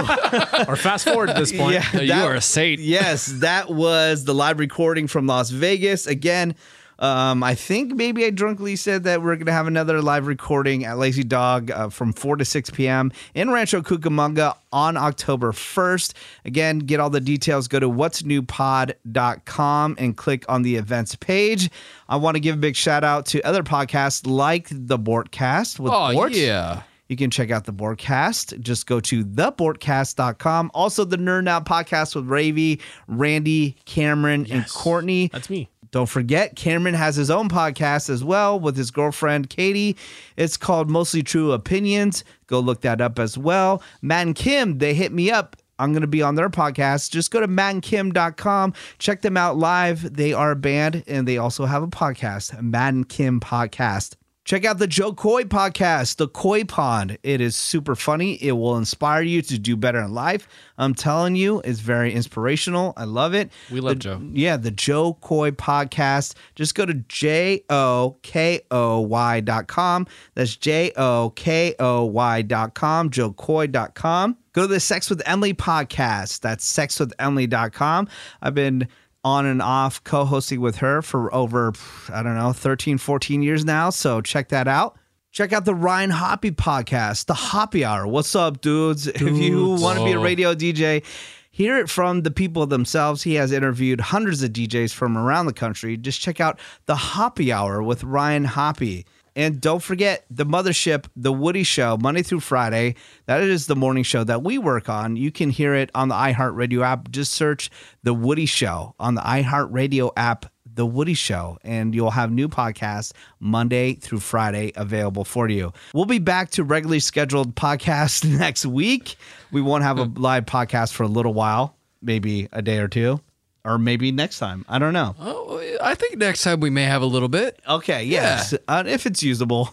Speaker 6: or fast forward at this point.
Speaker 3: No, you are a saint.
Speaker 11: yes, that was the live recording from Las Vegas. Again, um, I think maybe I drunkenly said that we're going to have another live recording at Lazy Dog uh, from 4 to 6 p.m. in Rancho Cucamonga on October 1st. Again, get all the details. Go to what'snewpod.com and click on the events page. I want to give a big shout out to other podcasts like the Bortcast with
Speaker 3: Oh,
Speaker 11: Bort.
Speaker 3: yeah.
Speaker 11: You can check out the Bortcast. Just go to theboardcast.com. Also, the Nerd Out podcast with Ravy, Randy, Cameron, and Courtney. That's
Speaker 6: me.
Speaker 11: Don't forget, Cameron has his own podcast as well with his girlfriend Katie. It's called Mostly True Opinions. Go look that up as well. Matt and Kim, they hit me up. I'm going to be on their podcast. Just go to mattandkim.com. Check them out live. They are a band and they also have a podcast, Matt and Kim Podcast. Check out the Joe Coy podcast, The Coy Pond. It is super funny. It will inspire you to do better in life. I'm telling you, it's very inspirational. I love it.
Speaker 3: We love
Speaker 11: The-
Speaker 3: Joe.
Speaker 11: Yeah, the Joe Coy podcast. Just go to J O K O Y dot com. That's J O K O Y dot com, joecoy.com. Go to the Sex with Emily podcast. That's sexwithemily.com. I've been on and off co-hosting with her for over i don't know 13 14 years now so check that out check out the ryan hoppy podcast the hoppy hour what's up dudes if you
Speaker 3: Dudes.
Speaker 11: want to be a
Speaker 3: Oh.
Speaker 11: radio dj hear it from the people themselves he has interviewed hundreds of djs from around the country just check out the hoppy hour with ryan hoppy and don't forget the mothership the woody show monday through friday that is the morning show that we work on you can hear it on the iheartradio app just search the woody show on the iheartradio app the Woody Show, and you'll have new podcasts Monday through Friday available for you. We'll be back to regularly scheduled podcasts next week. We won't have a live podcast for a little while, maybe a day or two, or maybe next time. I don't know.
Speaker 3: Oh, I think next time we may have a little bit.
Speaker 11: Okay, yes, uh, if it's usable.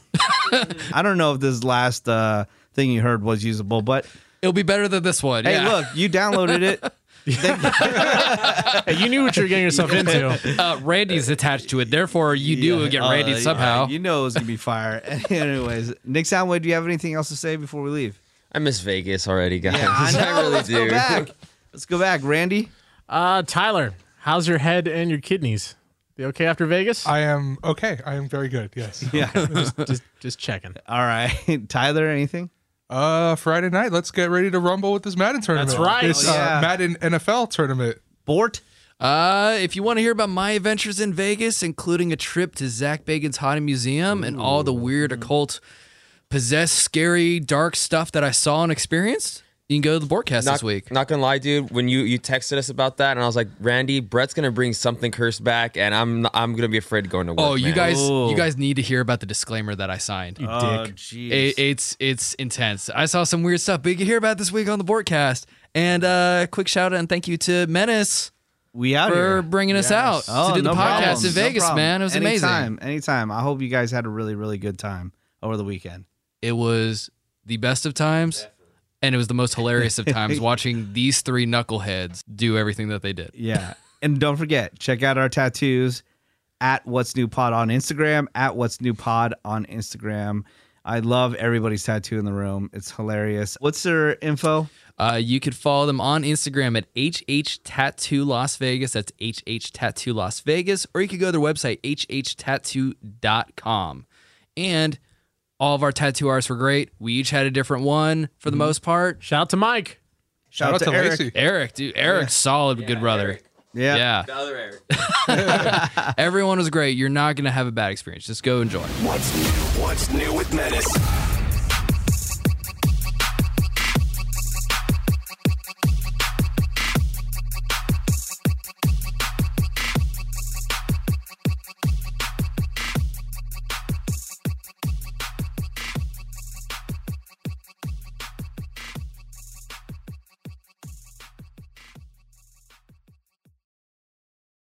Speaker 11: I don't know if this last uh, thing you heard was usable, but
Speaker 3: it'll be better than this one.
Speaker 11: Hey,
Speaker 3: yeah.
Speaker 11: look, you downloaded it.
Speaker 6: you knew what you were getting yourself into.
Speaker 3: uh, Randy's attached to it, therefore you do get
Speaker 11: Uh,
Speaker 3: Randy
Speaker 11: yeah,
Speaker 3: somehow.
Speaker 11: you know it's gonna be fire. Anyways, Nick Soundway, do you have anything else to say before we leave?
Speaker 4: I miss Vegas already, guys.
Speaker 11: Yeah, I know.
Speaker 4: really
Speaker 11: Let's
Speaker 4: do.
Speaker 11: go back. Let's go back, Randy.
Speaker 6: Uh, Tyler, how's your head and your kidneys? You okay after Vegas?
Speaker 5: I am okay. I am very good. Yes.
Speaker 11: Yeah.
Speaker 6: just, just just checking.
Speaker 11: All right, Tyler. Anything?
Speaker 5: Uh, Friday night. Let's get ready to rumble with this Madden tournament.
Speaker 6: right.
Speaker 5: This
Speaker 6: Oh, yeah.
Speaker 5: uh, Madden NFL tournament.
Speaker 11: Bort.
Speaker 3: Uh, if you want to hear about my adventures in Vegas, including a trip to Zach Bagan's Haunted Museum and all the weird occult, possessed, scary, dark stuff that I saw and experienced, you can go to the broadcast
Speaker 4: not,
Speaker 3: this week.
Speaker 4: Not gonna lie, dude. When you you texted us about that, and I was like, Randy, Brett's gonna bring something cursed back, and I'm I'm gonna be afraid going to work.
Speaker 3: Oh, you
Speaker 4: man.
Speaker 3: guys, you guys need to hear about the disclaimer that I signed. You
Speaker 11: Oh, dick. jeez.
Speaker 3: It, it's it's intense. I saw some weird stuff, but you can hear about it this week on the broadcast. And uh, quick shout out and thank you to Menace.
Speaker 11: We out
Speaker 3: for
Speaker 11: here.
Speaker 3: bringing us out to do the podcast
Speaker 11: Oh, problem.
Speaker 3: in Vegas,
Speaker 11: problem.
Speaker 3: man. It was amazing.
Speaker 11: Anytime, anytime. I hope you guys had a really, really good time over the weekend.
Speaker 3: It was the best of times, and it was the most hilarious of times watching these three knuckleheads do everything that they did.
Speaker 11: Yeah. and don't forget, check out our tattoos at What's New Pod on Instagram, at What's New Pod on Instagram. I love everybody's tattoo in the room. It's hilarious. What's their info?
Speaker 3: Uh, you could follow them on Instagram at HH Tattoo Las Vegas. That's HH Tattoo Las Vegas. Or you could go to their website, hhtattoo.com. And all of our tattoo artists were great. We each had a different one for the most part.
Speaker 6: Shout out to Mike.
Speaker 11: Shout, out to, Eric.
Speaker 3: Eric, dude. Eric's solid, good brother.
Speaker 11: Yeah.
Speaker 3: Yeah.
Speaker 4: The other Eric.
Speaker 3: Everyone was great. You're not going to have a bad experience. Just go enjoy.
Speaker 16: What's new? What's new with Menace?